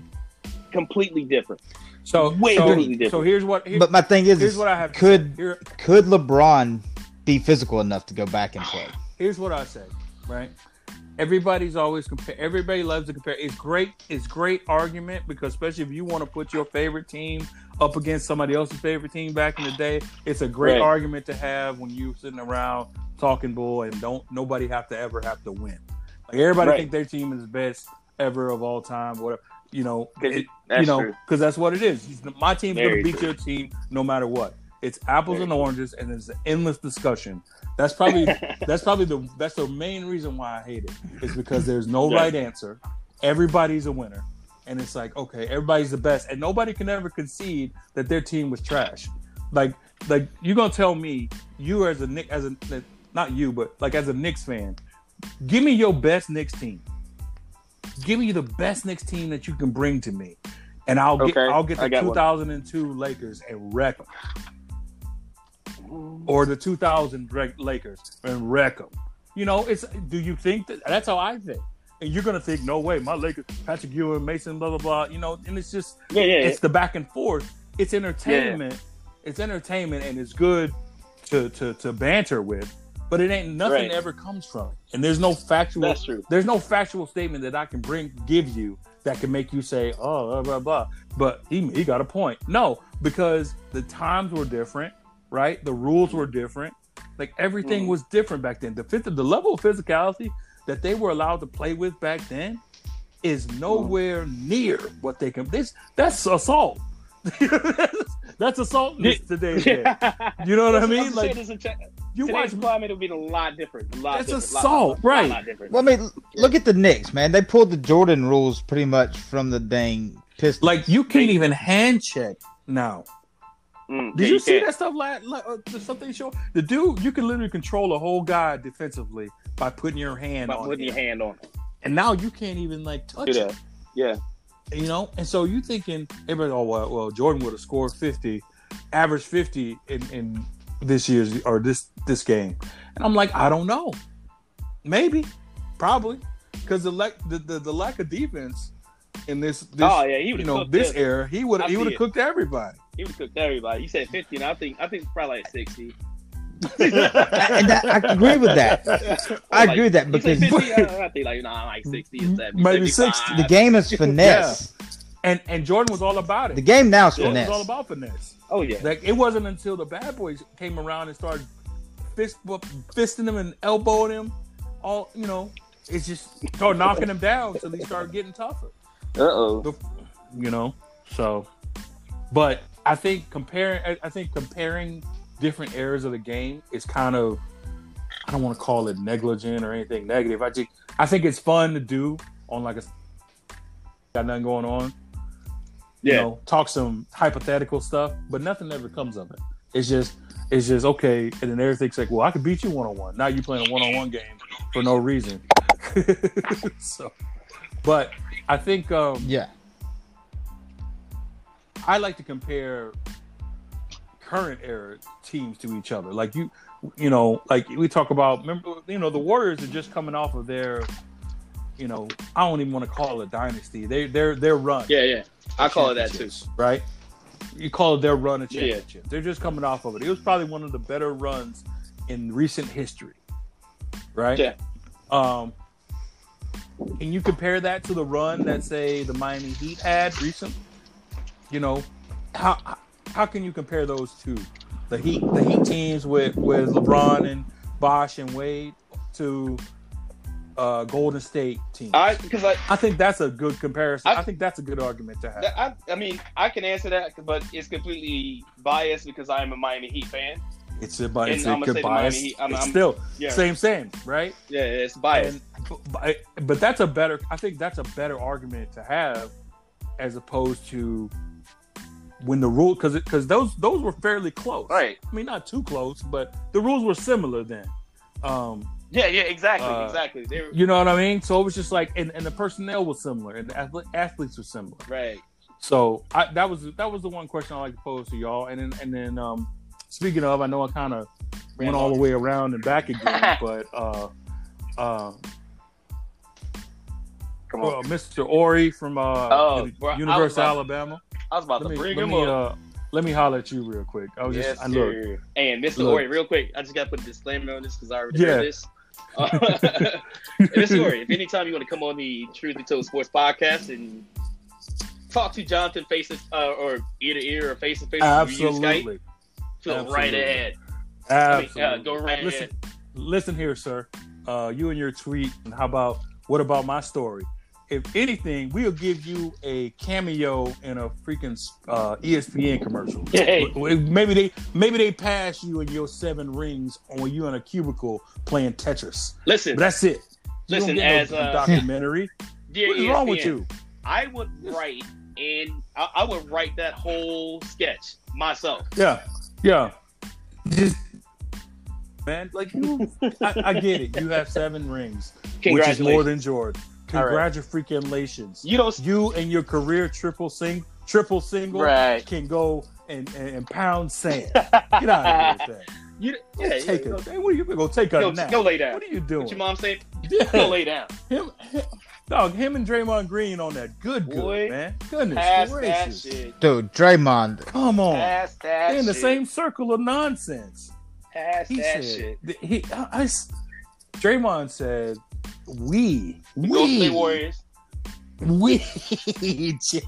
S1: completely different.
S3: so.
S1: Way completely
S3: so,
S1: different.
S3: so here's what. Here,
S2: but my thing is,
S3: here's
S2: is
S3: what I have. to
S2: could-
S3: say. Here-
S2: could LeBron be physical enough to go back and play?
S3: here's what I say, right? Everybody's always compare. Everybody loves to compare. It's great. It's great argument because especially if you want to put your favorite team up against somebody else's favorite team back in the day, it's a great
S1: Right.
S3: argument to have when you're sitting around talking bull and don't nobody have to ever have to win. Like everybody
S1: Right.
S3: think their team is best ever of all time. Whatever you know, it,
S1: That's
S3: you know,
S1: true.
S3: because that's what it is. He's- My team's going
S1: Very
S3: to beat
S1: true.
S3: your team no matter what. It's apples
S1: Very
S3: and oranges, and it's an endless discussion. That's probably that's probably the that's the main reason why I hate it is because there's no
S1: Yeah.
S3: right answer. Everybody's a winner, and it's like okay, everybody's the best, and nobody can ever concede that their team was trash. Like like you gonna tell me you as a Nick as a not you but like as a Knicks fan, give me your best Knicks team. Give me the best Knicks team that you can bring to me, and I'll get
S1: Okay,
S3: I'll get
S1: I
S3: the
S1: got one.
S3: 2002 Lakers and wreck 'em or the 2000 Ra- Lakers and wreck them. You know, it's do you think that that's how I think? And you're gonna think, no way, my Lakers, Patrick Ewing, Mason, blah blah blah. You know, and it's just
S1: Yeah, yeah, yeah.
S3: it's the back and forth. It's entertainment. It's entertainment, and it's good to to to banter with. But it ain't nothing
S1: Right.
S3: ever comes from. it. And there's no factual.
S1: That's true.
S3: There's no factual statement that I can bring give you that can make you say, oh blah blah blah. But he he got a point. No, because the times were different, right? The rules were different. Like everything
S1: Mhm.
S3: was different back then. The fifth, the level of physicality that they were allowed to play with back then is nowhere near what they can. This that's assault. that's assault in this today's day. You know what I mean? Like you
S1: you
S3: watch.
S1: watch climate, it'll be a lot different. A lot
S3: It's
S1: different,
S3: assault,
S1: lot, lot,
S3: right.
S1: Lot, lot different.
S2: Well, I mean, look at the Knicks, man. They pulled the Jordan rules pretty much from the dang Pistons.
S3: Like you can't even hand check now.
S1: Mm,
S3: Did
S1: yeah,
S3: you see
S1: can't.
S3: that stuff? Like, like uh, the stuff they show the dude, you can literally control a whole guy defensively by putting your hand
S1: By
S3: on
S1: putting your
S3: him.
S1: hand on it.
S3: and now you can't even like touch
S1: Do
S3: it.
S1: that. Yeah.
S3: you know and so you thinking everybody oh well, well jordan would have scored 50 average 50 in, in this year's or this this game and i'm like i don't know maybe probably because the, lack the, the the lack of defense in this, this
S1: oh yeah, he would have
S3: you know
S1: cooked
S3: this
S1: us.
S3: era he would
S1: I
S3: he
S1: see
S3: would have
S1: it.
S3: cooked everybody
S1: He would have cooked everybody. He said 15. I think I think it's probably like 60.
S2: and I, I agree with that. I agree with that
S1: You say
S2: because
S1: 50? I I think like nah, like sixty or seventy.
S3: Maybe
S1: 65.
S3: 60.
S2: the game is finesse.
S3: And and Jordan was all about it.
S2: The game now is
S3: Jordan was
S2: finesse.
S3: all about finesse.
S1: Oh yeah.
S3: Like it wasn't until the bad boys came around and started fist bu- fisting him and elbowing him, all you know, it's just start knocking him down until he started getting tougher.
S1: Uh oh.
S3: The- You know, so, but I think comparing, I- I think comparing different eras of the game is kind of, I don't want to call it negligent or anything negative. I just, I think it's fun to do on like a got nothing going on
S1: Yeah.
S3: you know, talk some hypothetical stuff, but nothing ever comes of it. It's just, it's just okay, and then everything's like, well, I could beat you one on one. Now you playing a one on one game for no reason. so, but I think um,
S2: Yeah,
S3: I like to compare current era teams to each other. Like you, you know, like we talk about. Remember, you know, the Warriors are just coming off of their, you know, I don't even want to call it a dynasty. They, they're, they're run.
S1: Yeah, yeah. I call it that too.
S3: championships, Right? You call it their run a
S1: Yeah.
S3: championship. They're just coming off of it. It was probably one of the better runs in recent history. Right?
S1: Yeah.
S3: Um can you compare that to the run that say the Miami Heat had recent? You know, how how can you compare those two? The Heat the Heat teams with with LeBron and Bosh and Wade to uh, Golden State team.
S1: I because I
S3: I think that's a good comparison. I,
S1: I-
S3: think that's a good argument to have.
S1: That- I, I mean, I can answer that, but it's completely biased because I am a Miami Heat fan.
S3: It's a bias. It's
S1: And I'ma
S3: a good
S1: say the
S3: bias.
S1: Miami Heat- I'm-
S3: it's
S1: I'm-
S3: still
S1: Yeah,
S3: same, same, right?
S1: yeah, it's biased.
S3: And, but, but that's a better. I think that's a better argument to have as opposed to when the rule because because those those were fairly close.
S1: right?
S3: I mean, not too close, but the rules were similar then. Um,
S1: Yeah, yeah, exactly,
S3: Uh,
S1: exactly. They were,
S3: you know what I mean? So it was just like, and, and the personnel was similar, and the athlete, athletes were similar.
S1: right.
S3: So I, that was that was the one question I like to pose to y'all. And then and then um, speaking of, I know I kind of went all the way around and back again, but uh, uh,
S1: Come on.
S3: well, Mr. Ori from uh,
S1: Oh,
S3: Uni-
S1: bro, I was
S3: University
S1: about-
S3: of Alabama.
S1: I was about
S3: Let
S1: to
S3: me,
S1: bring
S3: let
S1: him
S3: me,
S1: up.
S3: uh, let me holler at you real quick. I was
S1: yes,
S3: just I look.
S1: sir. And Mr.
S3: Look.
S1: Ori, real quick, I just got to put a disclaimer on this because I already
S3: Yeah.
S1: heard this. Uh, Mr. Ori, if anytime you want to come on the Truth Be Told Sports podcast and talk to Jonathan face to, uh, or ear to ear or face to face, you use Skype,
S3: Absolutely.
S1: feel right
S3: Absolutely.
S1: ahead. I mean,
S3: Absolutely.
S1: uh, go right
S3: Listen,
S1: ahead.
S3: listen here, sir. Uh, you and your tweet, and how about what about my story? If anything, we'll give you a cameo in a freaking uh, ESPN commercial.
S1: Hey.
S3: W- w- Maybe they maybe they pass you and your seven rings on you in a cubicle playing Tetris. But
S1: Listen,
S3: that's it. You
S1: Listen,
S3: don't get
S1: as,
S3: no
S1: uh, E
S3: documentary.
S1: dear
S3: what is wrong with
S1: ESPN,
S3: you?
S1: I would write and I, I would write that whole sketch myself.
S3: Yeah, yeah. Just man, like you, I, I get it. You have seven rings, which is more
S1: Congratulations.
S3: than Jordan.
S1: All right.
S3: Congratulations.
S1: you don't
S3: you and your career triple sing triple single
S1: right.
S3: can go and, and, and pound sand. Get out of here with that.
S1: You yeah,
S3: Just
S1: yeah,
S3: take
S1: go,
S3: it. Hey, what are you gonna go take a
S1: go,
S3: nap?
S1: go lay down.
S3: What are you
S1: What your
S3: doing?
S1: mom saying? Go
S3: Yeah.
S1: lay down.
S3: Him, him- dog, him and Draymond Green on that good good
S1: Boy,
S3: man. Goodness
S1: Pass that
S3: gracious.
S1: shit.
S2: dude, Draymond.
S3: Come on.
S1: Pass that
S3: They're in the
S1: shit.
S3: same circle of nonsense.
S1: Pass
S3: He
S1: that
S3: said
S1: shit.
S3: th- he I, I s- Draymond said we
S1: Go State
S3: we
S1: Warriors.
S3: we cha-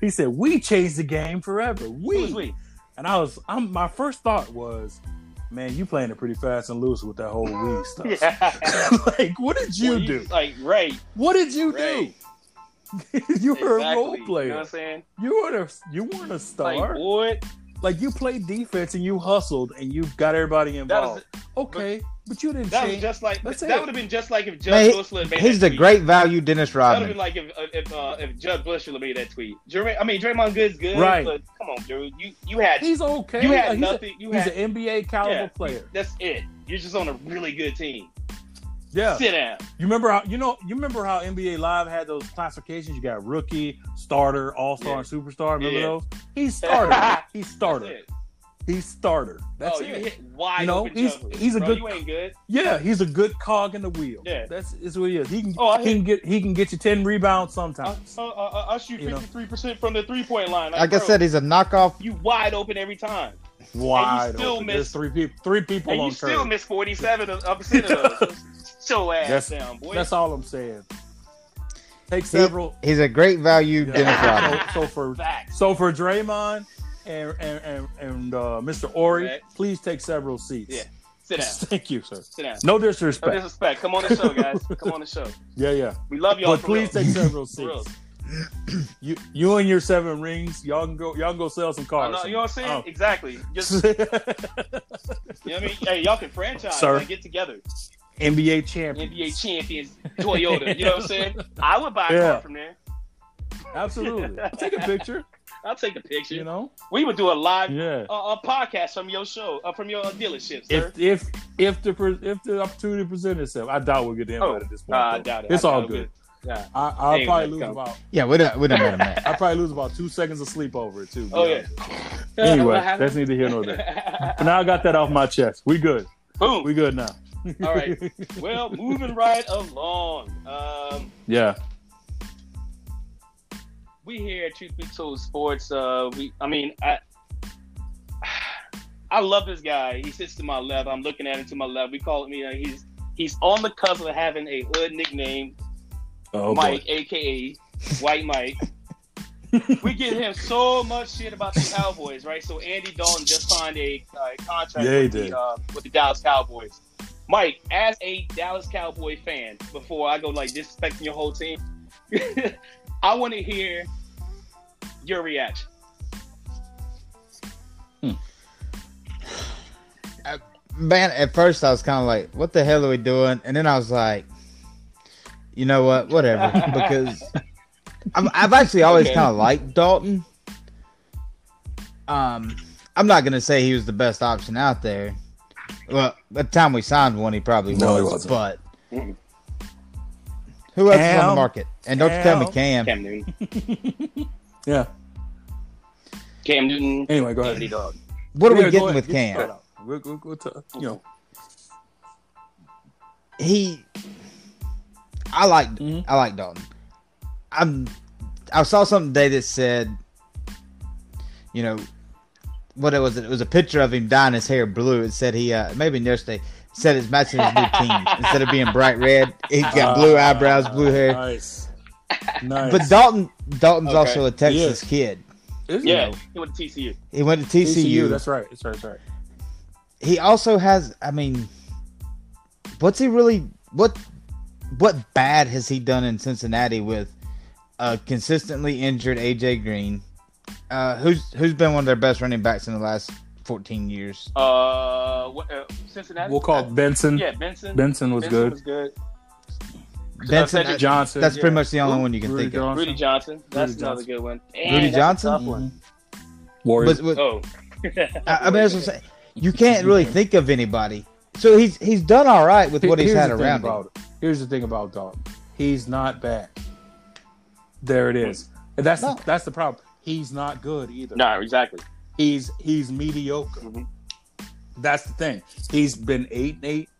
S3: he said we changed the game forever
S1: Who is
S3: we
S1: we?
S3: and i was i'm my first thought was man you playing it pretty fast and loose with that whole we stuff
S1: Yeah.
S3: like what did you
S1: Well,
S3: do
S1: like right.
S3: what did you
S1: Right.
S3: do you were a
S1: exactly.
S3: role
S1: You know
S3: player
S1: what I'm saying?
S3: you were a, you weren't a star
S1: Like
S3: like,
S1: what?
S3: you played defense and you hustled and you got everybody
S1: That was
S3: involved okay but, you didn't
S1: that was
S3: change
S1: just like
S3: That's
S1: that
S3: it.
S1: would have been just like if
S2: Man,
S1: Judge
S2: he-
S1: Wilson had made
S2: He's
S1: that
S2: the
S1: tweet.
S2: great value Dennis
S1: That would be
S2: Rodman.
S1: like if if uh, if Judd Bush would have made that tweet. Jermaine, I mean Draymond Good's good,
S3: Right.
S1: but come on, dude, you you had
S3: he's okay
S1: you
S3: Like,
S1: had
S3: he's, a-
S1: nothing. you
S3: he's
S1: had
S3: an nba caliber
S1: Yeah.
S3: player
S1: that's it. You're just on a really good team.
S3: yeah
S1: Sit down.
S3: You remember how you know you remember how NBA Live had those classifications? You got rookie, starter, all star,
S1: Yeah.
S3: and superstar. Remember
S1: Yeah.
S3: those? He's starter. he's starter.
S1: That's it.
S3: He's starter. That's
S1: oh, you
S3: it.
S1: hit wide
S3: You know,
S1: open
S3: he's-
S1: jumpers,
S3: he's a
S1: bro.
S3: good-
S1: You ain't good.
S3: Yeah, he's a good cog in the wheel.
S1: Yeah.
S3: That's is what he is. He can
S1: Oh, I Uh,
S3: he can get he can get you ten rebounds
S1: I,
S3: sometimes.
S1: I, I, I shoot
S3: You know.
S1: fifty three percent from the three point line.
S2: Like I
S1: bro,
S2: said, he's a knockoff.
S1: you wide open every time.
S3: Wide
S1: still
S3: open.
S1: miss-
S3: There's three people. Three people
S1: and
S3: on
S1: you still
S3: curve.
S1: miss forty seven of percent of those. Show ass
S3: That's-
S1: down, boy.
S3: That's all I'm saying. Take several.
S2: He's a great value
S3: Yeah.
S2: dinner platter.
S3: so, so for
S1: Facts.
S3: so for Draymond and and and, and uh, Mr. Ori,
S1: Right.
S3: please take several seats.
S1: Yeah. Sit down.
S3: Thank you, sir.
S1: Sit down.
S3: No
S1: No
S3: disrespect.
S1: disrespect. Come on the show, guys. Come on the show.
S3: yeah, yeah.
S1: We love y'all.
S3: but
S1: for
S3: please
S1: real.
S3: take several
S1: For real.
S3: seats. You you and your seven rings, y'all can go y'all can go sell some
S1: I
S3: cars.
S1: know- you know what I'm saying?
S3: Oh.
S1: Exactly. Just you know what I mean. Hey, y'all can franchise.
S3: Sir.
S1: Like, get together.
S3: NBA champion.
S1: NBA champions, Toyota. You know what I'm saying? I would buy a
S3: Yeah.
S1: car from there.
S3: Absolutely. Take a picture,
S1: I'll take a picture.
S3: you know?
S1: we would do a live
S3: Yeah.
S1: uh, a podcast from your show, uh, from your dealership, sir.
S3: If if if the pre- if the opportunity presents itself, I doubt we'll get the invite
S1: Oh,
S3: at this point.
S1: nah, I
S3: though.
S1: doubt it.
S3: It's
S1: I doubt
S3: all
S1: it.
S3: good.
S1: Yeah.
S3: I, I'll
S1: Anyway,
S3: probably lose
S1: go.
S3: about
S2: Yeah, we don't we don't matter, man.
S3: I probably lose about two seconds of sleep over it too.
S1: Oh yeah.
S3: Anyway,
S1: What happened?
S3: that's neither here nor there. But now I got that off my chest. We good.
S1: Boom.
S3: We good now.
S1: All right. Well, moving right along. Um,
S3: yeah.
S1: we here at Truth Be Told Sports. Uh, we, I mean, I, I love this guy. He sits to my left. I'm looking at him to my left. We call him. You know, he's he's on the cusp of having a hood nickname,
S3: Oh
S1: Mike, aka White Mike. we get him so much shit about the Cowboys, right? So Andy Dalton just signed a uh, contract
S3: Yeah, he
S1: with,
S3: did.
S1: the, uh, with the Dallas Cowboys. Mike, as a Dallas Cowboy fan, before I go like disrespecting your whole team, I want to hear your reaction.
S2: man, at first I was kind of like, "What the hell are we doing?" And then I was like, "You know what? Whatever." because I'm, I've actually always
S1: Okay.
S2: kind of liked Dalton. Um, I'm not gonna say he was the best option out there. Well, by the time we signed one, he probably
S3: No, he
S2: was,
S3: wasn't.
S2: but.
S1: Mm-mm.
S2: Who else is on the
S3: Cam.
S2: market? And don't you tell me
S3: Cam.
S2: Cam.
S1: Cam Newton,
S3: Yeah.
S1: Cam Newton,
S3: Anyway, go ahead.
S1: Andy Dalton.
S2: What are
S3: Yeah,
S2: we
S3: go
S2: getting
S3: ahead.
S2: with
S3: Get
S2: Cam?
S3: your shout out. We'll- we'll- we'll talk. You know,
S2: he I like
S3: Mhm.
S2: I like Dalton. I'm I saw something today that said you know what it was it was a picture of him dyeing his hair blue. It said he uh maybe yesterday said it's matching his new team. Instead of being bright red, he's got blue
S3: Ah,
S2: eyebrows, blue hair.
S3: Nice. Nice.
S2: But Dalton's Dalton's
S1: Okay.
S2: also a Texas
S3: He is.
S2: kid.
S3: Isn't
S1: Yeah,
S3: it?
S1: he went to TCU.
S2: He went to
S3: TCU.
S2: TCU.
S3: That's right. That's right. That's right.
S2: he also has I mean what's he really what what bad has he done in Cincinnati with uh consistently injured AJ Green uh who's who's been one of their best running backs in the last 14 years
S1: Uh, what, uh Cincinnati.
S3: We'll call Benson.
S1: Yeah, Benson.
S3: Benson was
S1: Benson
S3: good.
S1: was good.
S2: Benson
S1: Cedric
S3: Johnson.
S2: that's
S3: yeah.
S2: pretty much the only one you can
S3: Rudy
S2: think
S3: Johnson.
S1: Rudy Johnson. That's
S3: Rudy
S1: another
S3: Johnson.
S1: good one.
S2: Rudy
S1: that's a
S2: Johnson?
S1: tough one.
S2: of
S3: Warriors.
S2: but, but,
S1: Oh.
S2: I, I mean that's what I'm saying you can't really think of anybody so he's he's done all right with what he's
S3: Here's
S2: had
S3: the thing
S2: around him
S3: about it. Here's the thing about Dalton. He's not bad. There it is. And that's
S2: No.
S3: the, that's the problem. He's not good either.
S1: No, exactly.
S3: He's he's mediocre.
S1: Mhm.
S3: That's the thing. He's been eight and eight,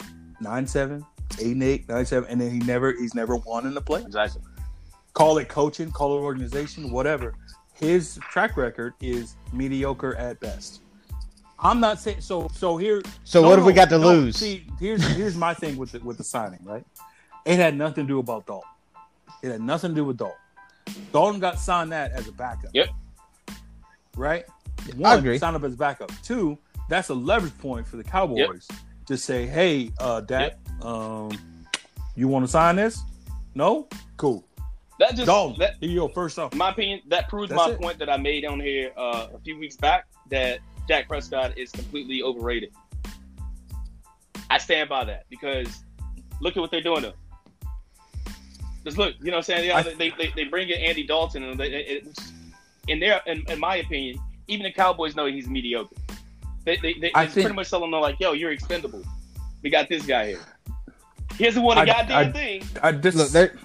S3: nine seven, eight and eight, nine seven, and then he never he's never won in the play.
S1: Exactly.
S3: Call it coaching, call it organization, whatever. His track record is mediocre at best. I'm not saying so. So here,
S2: so
S3: no,
S2: what have we
S3: no,
S2: got to
S3: no.
S2: lose
S3: See, here's here's my thing with the, with the signing, right? It had nothing to do about Dalton. It had nothing to do with Dalton. Dalton got signed that as a backup.
S1: Yep.
S3: Right.
S2: I
S3: One,
S2: agree
S3: Signed up as backup. Two, that's a leverage point for the Cowboys to say, "Hey, uh, Dak, um, you want to sign this? No, cool.
S1: That just
S3: Dalton,
S1: that,
S3: here you go. First off,
S1: in my opinion, that proves
S3: That's
S1: my
S3: it.
S1: point that I made on here uh, a few weeks back that Dak Prescott is completely overrated. I stand by that because look at what they're doing to him. Just look, you know what I'm saying? Yeah,
S3: I-
S1: they, they, they bring in Andy Dalton, and they, it, it's- in their in, in my opinion, even the Cowboys know he's mediocre. They they, they
S3: I
S1: it's
S3: think-
S1: pretty much telling them like, yo, you're expendable. We got this guy here. He hasn't won a
S3: I-
S1: goddamn
S3: I-
S1: thing,
S3: I just
S2: look there,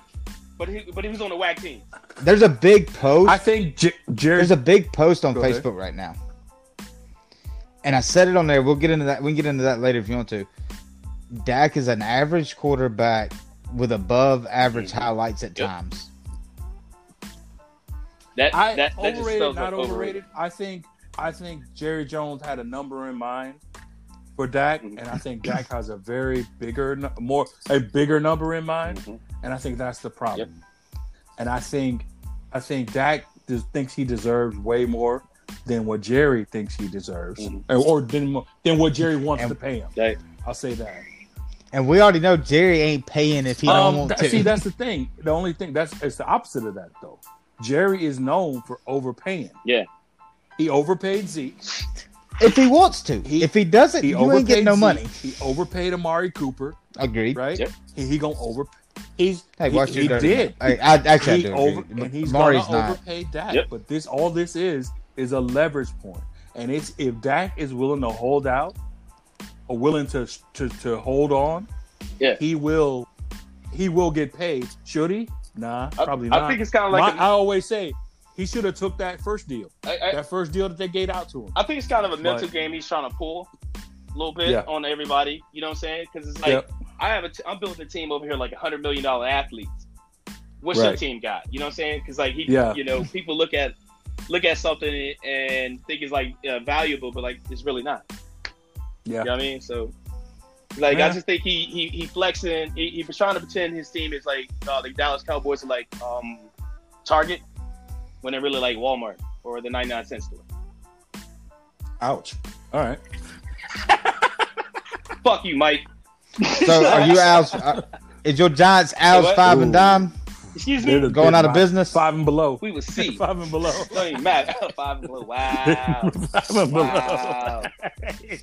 S1: but he but he was on a whack team.
S2: there's a big post
S3: I think J- Jerry.
S2: There's a big post on
S3: Go ahead.
S2: Facebook right now, and I said it on there. We'll get into that. We can get into that later if you want to. Dak is an average quarterback with above average
S3: Mm-hmm.
S2: highlights at
S1: Yep.
S2: times.
S1: That
S3: I
S1: that, that just
S3: overrated,
S1: spells like
S3: not overrated. I think I think Jerry Jones had a number in mind for Dak,
S1: Mhm.
S3: and I think Dak has a very bigger, nu- more a bigger number in mind,
S1: Mhm.
S3: and I think that's the problem. And I think, I think Dak just thinks he deserves way more than what Jerry thinks he deserves,
S1: Mhm.
S3: or, or than mo- than what Jerry wants
S2: And-
S3: to pay him.
S1: Right.
S3: I'll say that.
S2: And we already know Jerry ain't paying if he don't
S3: Um,
S2: want
S3: that,
S2: to.
S3: see, that's the thing. The only thing that's it's the opposite of that though. Jerry is known for overpaying.
S1: Yeah.
S3: He overpaid Zeke.
S2: if he wants to.
S3: He-
S2: if he doesn't,
S3: He
S2: you
S3: overpaid
S2: ain't getting no
S3: Zeke.
S2: money.
S3: He overpaid Amari Cooper,
S2: Agreed.
S3: right?
S1: Yep.
S3: He, he gonna over. He's
S2: Hey,
S3: he,
S2: watch
S3: he
S2: your dirty
S3: did.
S2: mouth. Hey, I, actually, I
S3: he
S2: do
S3: over,
S2: agree.
S3: and he's
S2: Amari's
S3: gonna
S2: not.
S3: overpay Dak.
S1: Yep.
S3: But this all this is is a leverage point, and it's if Dak is willing to hold out or willing to to, to hold on,
S1: Yeah.
S3: he will he will get paid. Should he? Nah,
S1: I-
S3: probably
S1: I,
S3: not.
S1: think it's kind of
S3: My-
S1: like
S3: I always say he should have took that first deal,
S1: a, I, I-
S3: that first deal that they gave out to him.
S1: I think it's kind of a mental
S3: Right.
S1: game he's trying to pull a little bit
S3: Yeah.
S1: on everybody. You know what I'm saying? Because it's like
S3: Yep.
S1: I have a t- I'm building a team over here like a hundred million dollar athletes. What's your
S3: Right.
S1: team got? You know what I'm saying? Because like he,
S3: Yeah.
S1: you know, people look at look at something and think it's like uh, valuable, but like it's really not.
S3: Yeah.
S1: You know what I mean? So, like, I
S3: Yeah.
S1: just think he he, he flexing. He, he was trying to pretend his team is like uh, the Dallas Cowboys are like um, Target when they're really like Walmart or the 99 cent store.
S3: Ouch. All right.
S1: Fuck you, Mike.
S2: So are you Al's? Uh, is your Giants Al's
S1: What?
S2: five
S3: Ooh.
S2: and dime
S1: Excuse
S3: They're
S1: me.
S3: the-
S2: going out of
S3: Five-
S2: business?
S3: Five and below.
S1: We will see.
S3: Five and below.
S1: Don't even matter. Five and below. Wow.
S3: Five and
S1: Wow.
S3: below.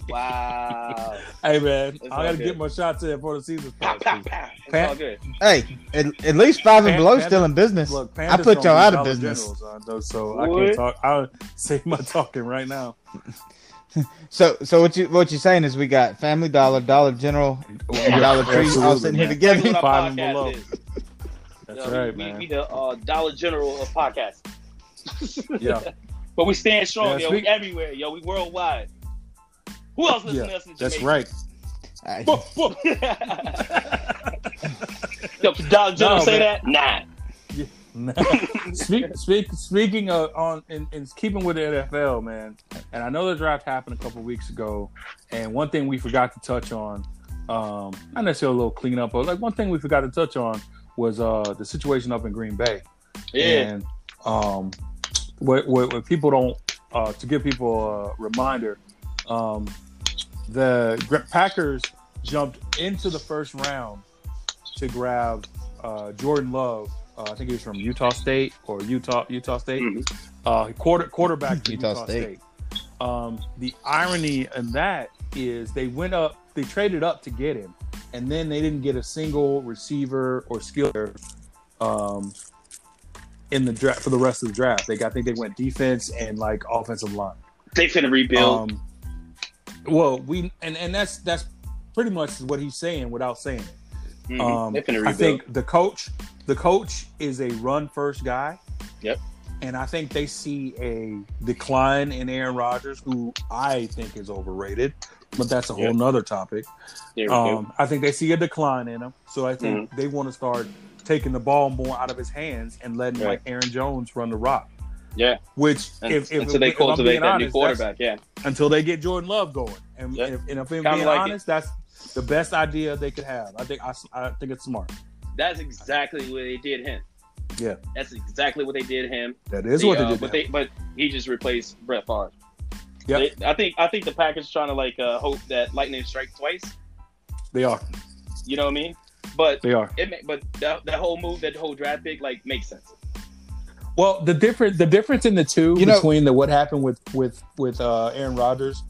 S1: Wow.
S3: Hey man,
S1: It's
S3: I
S1: all
S3: gotta
S1: good.
S3: get my shots in for the season.
S1: Pow,
S3: starts.
S1: pow, pow. It's
S3: Pat-
S1: all good.
S2: Hey, at, at least five and
S3: Pan-
S2: below
S3: Pan-
S2: still in business.
S3: Look,
S2: I
S3: Pandas
S2: put
S3: don't
S2: y'all
S3: do
S2: out of
S3: Dollar
S2: business.
S3: Generals, uh, though, so I
S1: What?
S3: can't talk. I'll save my talking right now.
S2: So, so what you what you're saying is we got Family Dollar, Dollar General, and Dollar Tree all
S3: absolutely,
S2: sitting here
S3: man.
S1: That's
S2: together.
S1: what our
S3: Five and
S1: podcast
S3: below.
S1: is.
S3: That's
S1: You know,
S3: right,
S1: we,
S3: man.
S1: We the uh, Dollar General of podcasts.
S3: yeah,
S1: But we stand strong,
S3: Yeah,
S1: yo. We
S3: speak-
S1: everywhere, yo. We worldwide. Who else listens
S3: Yeah,
S1: to us in
S3: that's
S1: Jamaica?
S2: Hey,
S3: right. Fuck, fuck.
S1: yo, Dollar General
S3: No,
S1: say
S3: man.
S1: that? Nah.
S3: Nah. speak, speak, speaking of, on in, in keeping with the NFL, man, and I know the draft happened a couple weeks ago, and one thing we forgot to touch on, um, not necessarily a little cleanup, but like one thing we forgot to touch on was uh, the situation up in Green Bay.
S1: Yeah.
S3: And um, what, what, what people don't, uh, to give people a reminder, um, the Gr- Packers jumped into the first round to grab uh, Jordan Love. Uh, I think he was from Utah State or Utah Utah State
S1: Mhm.
S3: uh, quarter quarterback for
S2: Utah
S3: Utah,
S2: State.
S3: State. Um, the irony in that is they went up, they traded up to get him, and then they didn't get a single receiver or skiller um, in the draft for the rest of the draft. They got, I think they went defense and like offensive line.
S1: They finna rebuild.
S3: Um, well, we and and that's that's pretty much what he's saying without saying it.
S1: Mhm.
S3: Um,
S1: they finna rebuild.
S3: I think the coach, the coach is a run first guy.
S1: Yep.
S3: And I think they see a decline in Aaron Rodgers, who I think is overrated, but that's a whole
S1: Yep.
S3: nother topic.
S1: there we go. Mm-hmm.
S3: Um, I think they see a decline in him, so I think they want to start taking the ball more out of his hands and letting
S1: Right.
S3: like Aaron Jones run the rock.
S1: Yeah.
S3: Which,
S1: And,
S3: if, if,
S1: until they
S3: if I'm
S1: cultivate
S3: being
S1: that new
S3: honest, that's-
S1: quarterback, yeah.
S3: until they get Jordan Love going. And,
S1: Yeah.
S3: if, and if I'm
S1: Kinda
S3: being
S1: like it.
S3: honest, that's the best idea they could have. I think I, I think it's smart.
S1: That's exactly what they did him.
S3: Yeah.
S1: That's exactly what they did him.
S3: That is
S1: They,
S3: what they
S1: uh,
S3: did.
S1: But
S3: now.
S1: they, but he just replaced Brett Favre.
S3: Yep.
S1: They- I think I think the Packers trying to like uh, hope that lightning strikes twice.
S3: They are.
S1: You know what I mean? But
S3: They are.
S1: it ma- but that, that whole move, that whole draft pick, like makes sense.
S3: Well, the difference the difference in the two
S2: You know-
S3: between the what happened with with with uh, Aaron Rodgers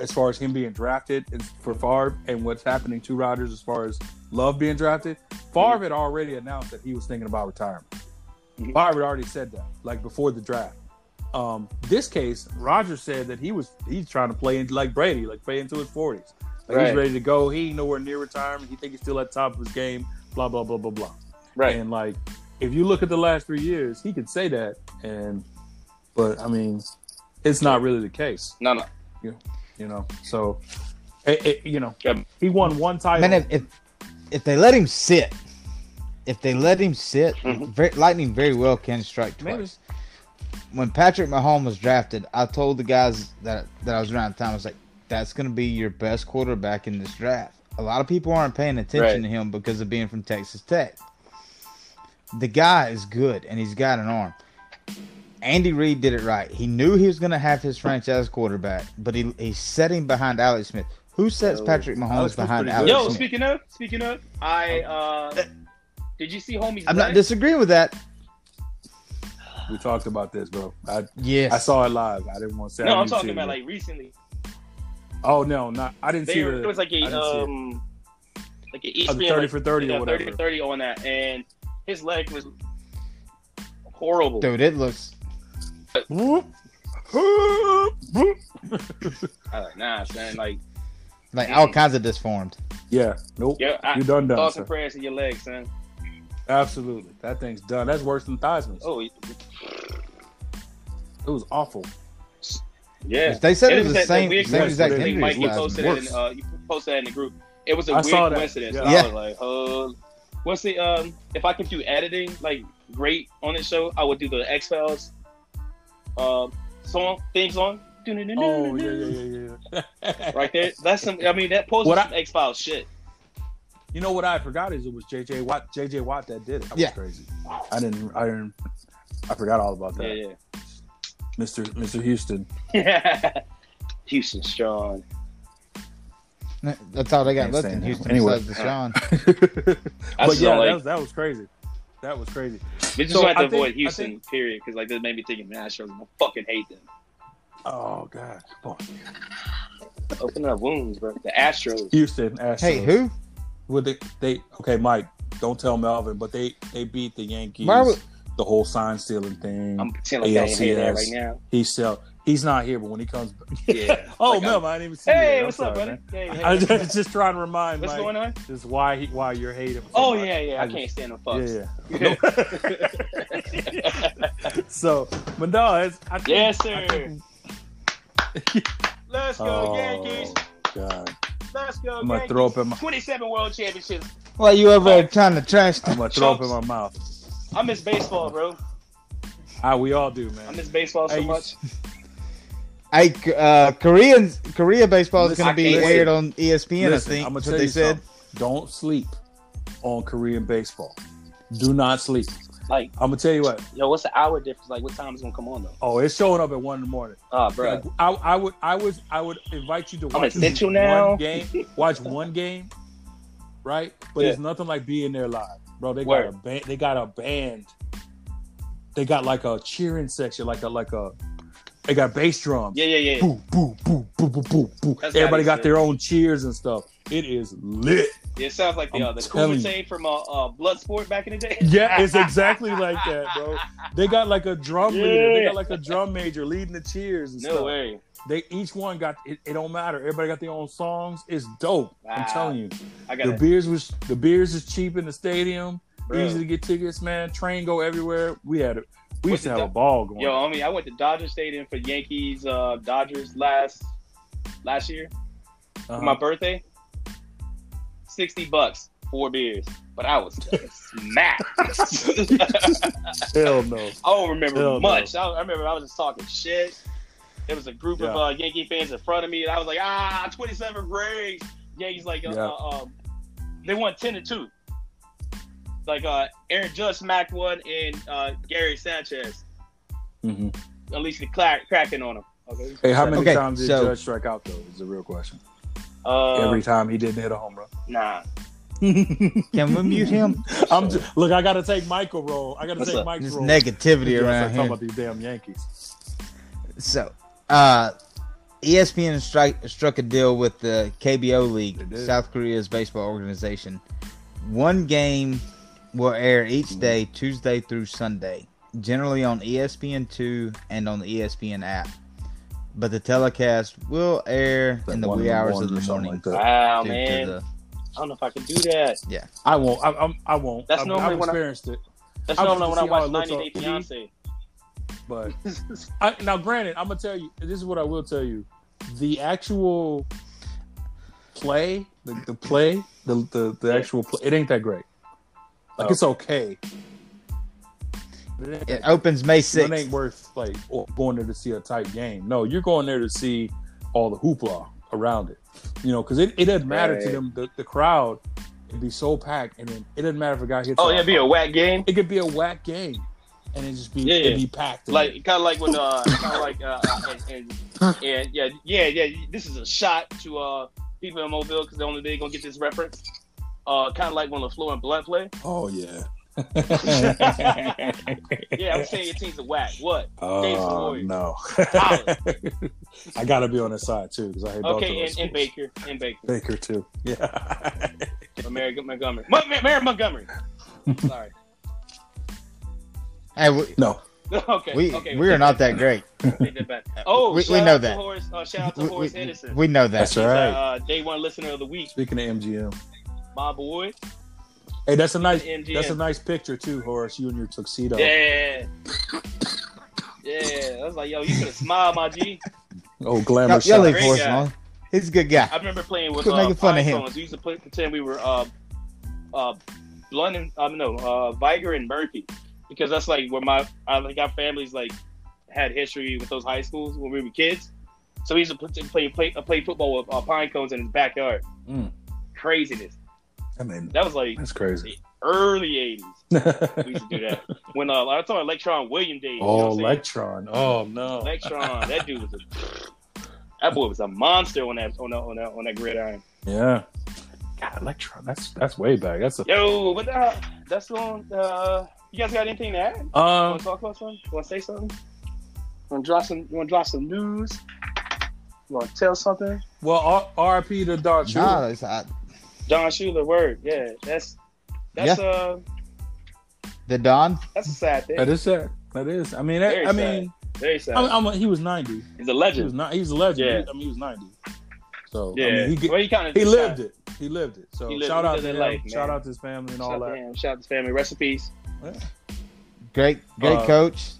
S3: as far as him being drafted and for Favre and what's happening to Rodgers as far as Love being drafted, Favre had already announced that he was thinking about retirement.
S2: Mm-hmm.
S1: Mhm.
S3: Favre had already said that like before the draft. Um, this case, Rodgers said that he was he's trying to play in, like Brady, like play into his forties. Like
S1: Right.
S3: he's ready to go. He ain't nowhere near retirement. He think he's still at the top of his game. Blah blah blah blah blah. And like, if you look at the last three years, he could say that, and but I mean, it's not really the case,
S1: No, no.
S3: you know. So, it, it- you know,
S1: Yep.
S3: he won one title.
S2: Man, if, if if they let him sit, if they let him sit,
S1: Mhm.
S2: ver lightning very well can strike
S3: Maybe.
S2: twice. when Patrick Mahomes was drafted, I told the guys that that I was around the time, I was like, that's going to be your best quarterback in this draft. A lot of people aren't paying
S1: Right.
S2: attention to him because of being from Texas Tech. The guy is good and he's got an arm. Andy Reid did it right. He knew he was going to have his franchise quarterback, but he he set him behind Alex Smith. Who sets
S3: Yo,
S2: Patrick Mahomes
S3: Alex Smith's
S2: behind
S3: pretty
S2: Alex
S3: good.
S1: Yo,
S2: Smith?
S1: speaking of, speaking of, I uh, did you see homies?
S2: I'm not
S1: leg?
S2: disagreeing with that.
S3: We talked about this, bro. I
S2: Yes.
S3: I saw it live. I didn't want to say. it
S1: No,
S3: on
S1: I'm talking
S3: YouTube,
S1: about
S3: bro.
S1: like recently.
S3: Oh no, not I didn't see
S1: They were,
S3: the.
S1: it was like
S3: I
S1: a
S3: didn't see it.
S1: um, like E an
S3: Oh, the
S1: ESPN
S3: thirty
S1: like,
S3: for thirty
S1: yeah,
S3: or whatever.
S1: 30 for 30 on that, and his leg was horrible.
S2: Dude, it looks
S3: Whoop, whoop, whoop.
S1: I was like, nah, man, like,
S2: like all kinds of disformed.
S3: Yeah, nope.
S1: yeah, I,
S3: You're done, done.
S1: thoughts and
S3: Sir.
S1: prayers in your leg, son.
S3: Absolutely, that thing's done. That's worse than Theismann's.
S1: Oh,
S3: It was awful.
S1: yeah.
S2: If They said
S1: And
S2: it was the
S1: that- that
S2: same,
S1: weird
S2: same exact
S1: coincidence.
S2: injury.
S1: Mike,
S2: as
S1: you
S3: last
S1: posted,
S3: night.
S1: it in, uh, you posted that in the group. It was a
S3: I
S1: weird
S3: saw that.
S1: coincidence.
S3: Yeah.
S1: I
S2: Yeah.
S1: was like, oh, what's the um? If I could do editing like great on this show, I would do the X Files, um, song theme song.
S3: Oh yeah, yeah, yeah, yeah, yeah.
S1: Right there. That's some. I mean, that post
S3: What I-
S1: X Files shit.
S3: You know what I forgot is it was JJ Watt. JJ Watt that did it. That
S2: Yeah.
S3: was crazy. I didn't. I didn't. I forgot all about that.
S1: Yeah,
S3: Mr. Mr. Houston.
S1: yeah. Houston strong.
S2: That's all they got
S3: Can't
S2: left
S3: say
S2: in
S3: no.
S2: Houston
S3: Anyway.
S2: besides Deshaun.
S3: but yeah,
S1: That's
S3: that,
S1: like,
S3: was, that was crazy. That was crazy.
S1: we just
S3: so
S1: wanted to
S3: I think-
S1: avoid
S3: I
S1: Houston,
S3: think-
S1: period, because like this made me think, man, I sure gonna fucking hate them.
S3: Oh god, come on.
S1: Open up wounds, bro. The Astros.
S3: Houston. Astros.
S2: hey, who?
S3: Would they, they? Okay, Mike. Don't tell Melvin, but they they beat the Yankees.
S2: Why would-
S3: the whole sign stealing thing.
S1: I'm pretending like I ain't hear that right
S3: ALCS.
S1: now.
S3: he sell. He's not here, but when he comes,
S1: Yeah.
S3: oh
S1: Like,
S3: Melvin, I didn't even see. you there.
S1: Hey,
S3: I'm
S1: what's up,
S3: sorry,
S1: buddy?
S3: man.
S1: Hey, hey,
S3: I was
S1: hey.
S3: just, just trying to remind
S1: What's
S3: Mike
S1: going on?
S3: just why he, why you're hating. so
S1: Oh
S3: much.
S1: yeah, yeah. I
S3: just-
S1: can't stand the fucks.
S3: Yeah, yeah. so, but no, it's, I think,
S1: yes, sir.
S3: I think-
S1: Let's go
S3: oh,
S1: Yankees.
S3: God.
S1: Let's go
S3: I'm gonna
S1: Yankees.
S3: throw up in my.
S1: 27 World Championships.
S2: Why you over there trying to trash
S3: I'm
S2: them?
S3: gonna throw up in my mouth.
S1: I miss baseball, bro.
S3: Ah, we all do,
S1: I
S3: man.
S1: miss baseball so
S3: Hey, you-
S1: much.
S2: Hey, uh, Koreans, Korea baseball is
S3: Listen,
S2: going to
S1: I
S2: be
S1: can't-
S2: aired on E ESPN.
S3: Listen,
S2: I think.
S3: I'm
S2: That's
S3: gonna
S2: what
S3: tell
S2: they
S3: you
S2: said.
S3: something. Don't sleep on Korean baseball. Do not sleep.
S1: Like,
S3: I'm gonna tell you what.
S1: yo, what's the hour difference? Like, what time is it gonna come on though?
S3: Oh, it's showing up at one in the morning.
S1: Oh, bro.
S3: Like, I, I would, I was, I would invite you to watch at least
S1: essential now.
S3: One game, watch one game, right? But it's nothing like being there live, bro. They got
S1: Word.
S3: a band. They got a band. They got like a cheering section, like a like a. They got bass drums.
S1: Yeah, yeah, yeah.
S3: Boo, boo, boo, boo, boo, boo, boo.
S1: That's
S3: Everybody
S1: how it
S3: got their own cheers and stuff. It is lit.
S1: It sounds like the uh,
S3: I'm
S1: the
S3: telling
S1: Cooper
S3: you.
S1: team from uh, uh, Bloodsport back in the day.
S3: Yeah, it's exactly like that, bro. They got like a drum leader. They
S1: Yeah.
S3: got like a drum major leading the cheers and
S1: No
S3: stuff.
S1: way.
S3: they each one got it, it don't matter everybody got their own songs it's dope i'm
S1: Wow.
S3: telling you
S1: I got
S3: the
S1: it.
S3: beers was the beers is cheap in the stadium
S1: Bro.
S3: easy to get tickets man train go everywhere we had it we
S1: What's
S3: used to
S1: the
S3: have a
S1: do-
S3: ball going
S1: Yo, I mean, I went to Dodger Stadium for Yankees uh, Dodgers last last year
S3: Uh-huh.
S1: for my birthday. Sixty bucks, four beers, but I was smacked. I
S3: hell no
S1: don't remember
S3: Hell no.
S1: much. I, I remember I was just talking shit. There was a group of
S3: Yeah.
S1: uh, Yankee fans in front of me, and I was like, "Ah, twenty-seven Rays." Yankees like, uh,
S3: Yeah.
S1: uh, um, they won ten to two. Like uh, Aaron Judge smacked one, and uh, Gary Sanchez
S3: Mhm.
S1: at least the crack, cracking on him. Okay.
S3: hey how many
S2: Okay,
S3: times did
S2: so-
S3: judge strike out though is the real question
S1: Uh,
S3: every time he didn't hit a home run
S1: Nah.
S2: Can we mute him?
S3: i'm ju- look i gotta take michael role i gotta
S1: What's
S3: take
S1: up?
S3: mike's
S2: There's
S3: role
S2: negativity
S3: Yes, I
S2: around
S3: talk
S2: here.
S3: about these damn yankees
S2: So, uh, ESPN strike, struck a deal with the KBO
S3: They
S2: League,
S3: did.
S2: South Korea's baseball organization. One game will air each day, Tuesday through Sunday, generally on E ESPN2 and on the E ESPN app. But the telecast will air in the
S3: Like one
S2: wee hours of the
S3: or something
S2: morning.
S3: like that.
S1: Wow,
S2: due to
S1: Oh, man.
S2: the-
S1: I don't know if I can do that.
S3: i won't i, I'm, I won't
S1: That's
S3: I've,
S1: normally
S3: I've
S1: when I-
S3: experienced it
S1: That's
S3: I'm
S1: not
S3: just
S1: when I
S3: to see how
S1: watch
S3: it looks
S1: 90 Day
S3: on
S1: Fiance.
S3: but I, now, granted, I'm gonna tell you. This is what I will tell you. The actual play, the, the play, the, the the actual play. It ain't that great. Like it's okay. But it ain't-
S2: It opens May
S3: you know,
S2: sixth.
S3: it ain't worth like or going there to see a tight game. No, you're going there to see all the hoopla around it. You know, because it, it doesn't matter to
S1: Right.
S3: them. The, the crowd would be so packed, and then it doesn't matter if a guy hits.
S1: Oh, it'd be a whack game.
S3: it could be a whack game, and it just be
S1: Yeah,
S3: it'd
S1: yeah.
S3: be
S2: Mm.
S3: packed.
S1: Like kind of like when uh kind of like uh and, and, and yeah yeah yeah this is a shot to uh people in Mobile because the only they gonna get this reference. Uh, kind of like when LaFleur and Blunt play.
S3: oh yeah.
S1: Yeah, I'm saying your team's a whack. What? Dave's the
S3: Oh
S1: Warriors.
S3: no!
S1: Holla.
S3: I gotta be on the side too because I hate both of
S1: Okay,
S3: those
S1: and, and
S3: schools.
S1: Baker and Baker,
S3: Baker too. Yeah.
S1: Or Mary Montgomery, Mon- Ma- Mary Montgomery. Sorry.
S2: Hey, we,
S3: no.
S1: Okay.
S2: we,
S1: okay,
S2: we are not that great.
S1: take that back. Oh,
S2: We- we
S1: shout
S2: know
S1: out to
S2: that.
S1: Horace, uh, shout out to
S2: We,
S1: Horace
S2: we-
S1: Henderson.
S2: we know
S3: That's
S2: that.
S1: He's,
S3: right.
S1: Uh, day one listener of the week,
S3: Speaking of MGM,
S1: my boy.
S3: hey, that's a nice
S1: MGM.
S3: that's a nice picture too, Horace. You and your tuxedo.
S1: Yeah. Yeah, I was like, yo, you could have smiled, my G.
S3: Oh,
S2: Y'all,
S3: glamour
S2: y'all
S3: shot.
S2: leave
S1: Great
S2: Forrest
S1: guy.
S2: alone. He's a good guy.
S1: I remember playing with
S2: Quit
S1: uh,
S2: making fun
S1: pine
S2: of him.
S1: cones. We used to play, pretend we were uh, uh, Blunt and um, no, uh, Viger and Murphy, because that's like where my I like our families like had history with those high schools when we were kids. So we used to put- play play play football with uh, pine cones in his backyard.
S3: Mm.
S1: Craziness.
S3: I mean,
S1: That was like
S3: that's crazy.
S1: early '80s. We used to do that when uh, I was talking Electron William days. you know what
S3: oh,
S1: I'm saying?
S3: Electron. Oh no.
S1: Electron, that dude was a that boy was a monster on that on that on that on that gridiron.
S3: Yeah. God, Electron. That's that's way back. That's a.
S1: Yo, what the that's on uh you guys got anything to add?
S3: Um,
S1: Wanna talk about something? Wanna say something? Wanna drop some you wanna drop some news? You wanna tell something?
S3: well, R- RIP to Don Shula.
S2: Nah, it's- uh, I-
S1: Don Shula, word, yeah. That's that's uh
S2: the Don.
S1: that's a sad
S3: That
S1: thing.
S3: is sad. That is. I mean, that,
S1: Very
S3: I
S1: sad.
S3: mean,
S1: Very sad.
S3: I mean, I'm, he was 90.
S1: He's a
S3: He was
S1: legend.
S3: not. He's a legend.
S1: Yeah.
S3: He- I mean, he was 90. So I
S1: Yeah.
S3: mean, he, get-
S1: well, he kinda
S3: he
S1: just
S3: lived
S1: shot-
S3: it. He lived it. So
S1: He lived-
S3: shout
S1: he
S3: out
S1: lived
S3: to
S1: that
S3: him.
S1: life, man.
S3: shout out to his family and all
S1: Shout out to
S3: that.
S1: him. Shout out to his family. Recipes.
S2: Great, great
S3: Uh,
S2: coach.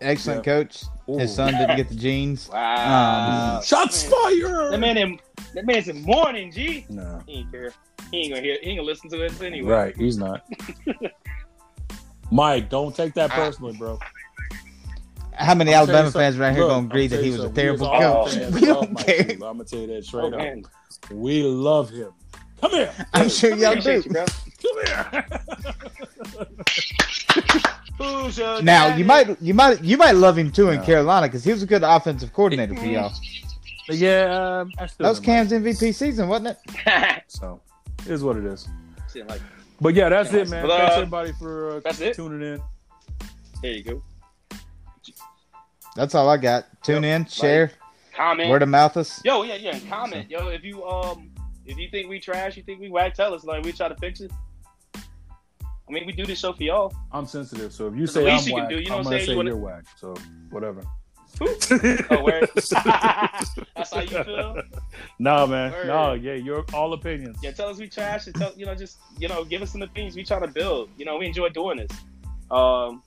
S2: Excellent coach. His
S3: Ooh.
S2: son didn't get the jeans.
S1: Wow.
S2: Um,
S3: Shots
S1: Man.
S3: fired.
S1: That man, in, that man's in mourning, G.
S3: No.
S1: He ain't care. He ain't gonna hear. He ain't gonna listen to this anyway.
S3: Right. He's not. Mike, don't take that personally, bro.
S2: How many
S3: I'll tell you
S2: Alabama
S3: something.
S2: fans around here
S3: Look,
S2: gonna agree
S3: I'll
S2: that
S3: tell
S2: he
S3: you
S2: was a
S3: something. We
S2: terrible
S3: as all
S2: coach?
S3: fans
S2: We don't
S3: love Mike
S2: care.
S3: Shula. I'm gonna tell you that straight
S1: Oh,
S3: up.
S1: man.
S3: We love him. Come here.
S2: I'm sure y'all
S1: Appreciate
S2: do.
S1: you, bro.
S3: Come here.
S1: Who's your
S2: Now
S1: daddy?
S2: you might, you might, you might love him too in
S3: No.
S2: Carolina because he was a good offensive coordinator for y'all.
S3: yeah. Um, I still
S2: That was
S3: don't
S2: Cam's MVP season, wasn't it?
S3: like- So, it is what it is.
S1: Shit, like,
S3: But yeah, that's
S1: Yeah,
S3: it, man.
S1: but, uh,
S3: Thanks everybody for uh,
S1: that's it.
S3: tuning in.
S1: there you go.
S2: That's all I got. Tune in, share,
S1: Comment.
S2: word of mouth us.
S1: Yo, yeah, yeah. Comment, yo. If you um, if you think we trash, you think we whack, tell us. Like we try to fix it. I mean, we do this show for y'all.
S3: I'm sensitive, so if you
S1: It's
S3: say
S1: the
S3: I'm
S1: least you can
S3: whack,
S1: do, you know
S3: I'm
S1: what I'm
S3: gonna
S1: saying?
S3: say
S1: You wanna-
S3: you're whack. So whatever.
S1: Oh, word. That's how you feel.
S3: No, man.
S1: Word.
S3: No, yeah, your all opinions.
S1: Yeah, tell us we trash and tell you know just you know give us some opinions. We trying to build. You know we enjoy doing this. Um,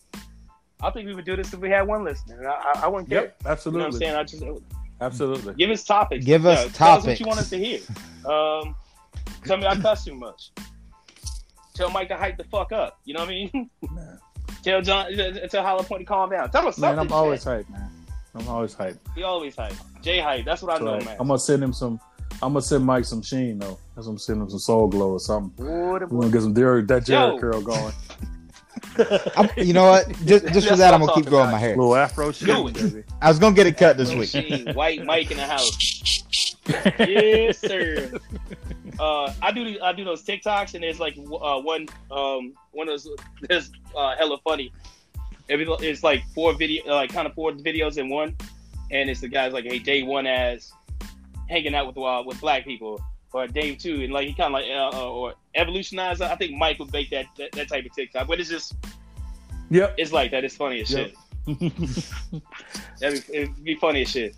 S1: I think we would do this if we had one listener. and I, I, I wouldn't care.
S3: Yep,
S1: You know what I'm
S3: absolutely,
S1: saying? I just
S3: absolutely.
S1: give us topics.
S2: Give us
S1: Tell us what
S2: topics.
S1: you want us to hear. Um, tell me I cuss too much. Tell Mike to hype the fuck up. You know what I mean?
S3: Man,
S1: tell John. Tell Hollow Point to calm down. Tell us something.
S3: man I'm always hyped, man. I'm always hyped.
S1: He always hype. Jay hype. That's what I
S3: So,
S1: know,
S3: like,
S1: man.
S3: I'm gonna send him some. I'm gonna send Mike some sheen though. That's what I'm sending him some soul glow or something.
S1: Ooh, the
S3: We're
S1: boy.
S3: gonna get some Derek that Jared
S1: Yo.
S3: curl going.
S2: I'm, you know what? Just, just for
S1: Let's
S2: that,
S1: not
S2: I'm gonna
S1: talk
S2: keep growing my
S1: about
S2: hair.
S3: Little Afro
S1: Do
S3: shit.
S1: it.
S3: baby.
S2: I was gonna get it cut this week.
S1: Machine, White Mike in the house. yes, sir. Uh, I do the- I do those TikToks, and there's like uh, one um, one of those that's uh, hella funny. Every it's like four video, like kind of four videos in one, and it's the guys like, hey, day one as hanging out with uh, with black people, or day two, and like he kind of like uh, uh, or evolutionize. I think Mike would make that, that that type of TikTok, but it's just
S3: Yep.
S1: it's like that. It's funny as
S3: Yep.
S1: shit. That'd be, it'd be funny as shit.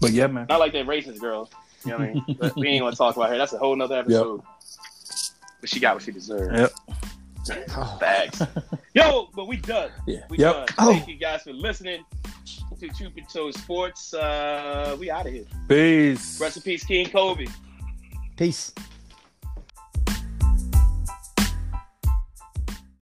S3: But yeah, man.
S1: Not like that racist girl. You know what I mean? but we ain't gonna talk about her. That's a whole nother episode. But she got what she deserved.
S3: Yep.
S1: Facts. Yo, but we done.
S3: Yeah.
S1: We
S3: Yep. Oh.
S1: done. Thank you guys for listening to Chupa Toe Sports. Uh, we out of here.
S3: Peace.
S1: Rest in peace, King Kobe.
S2: Peace.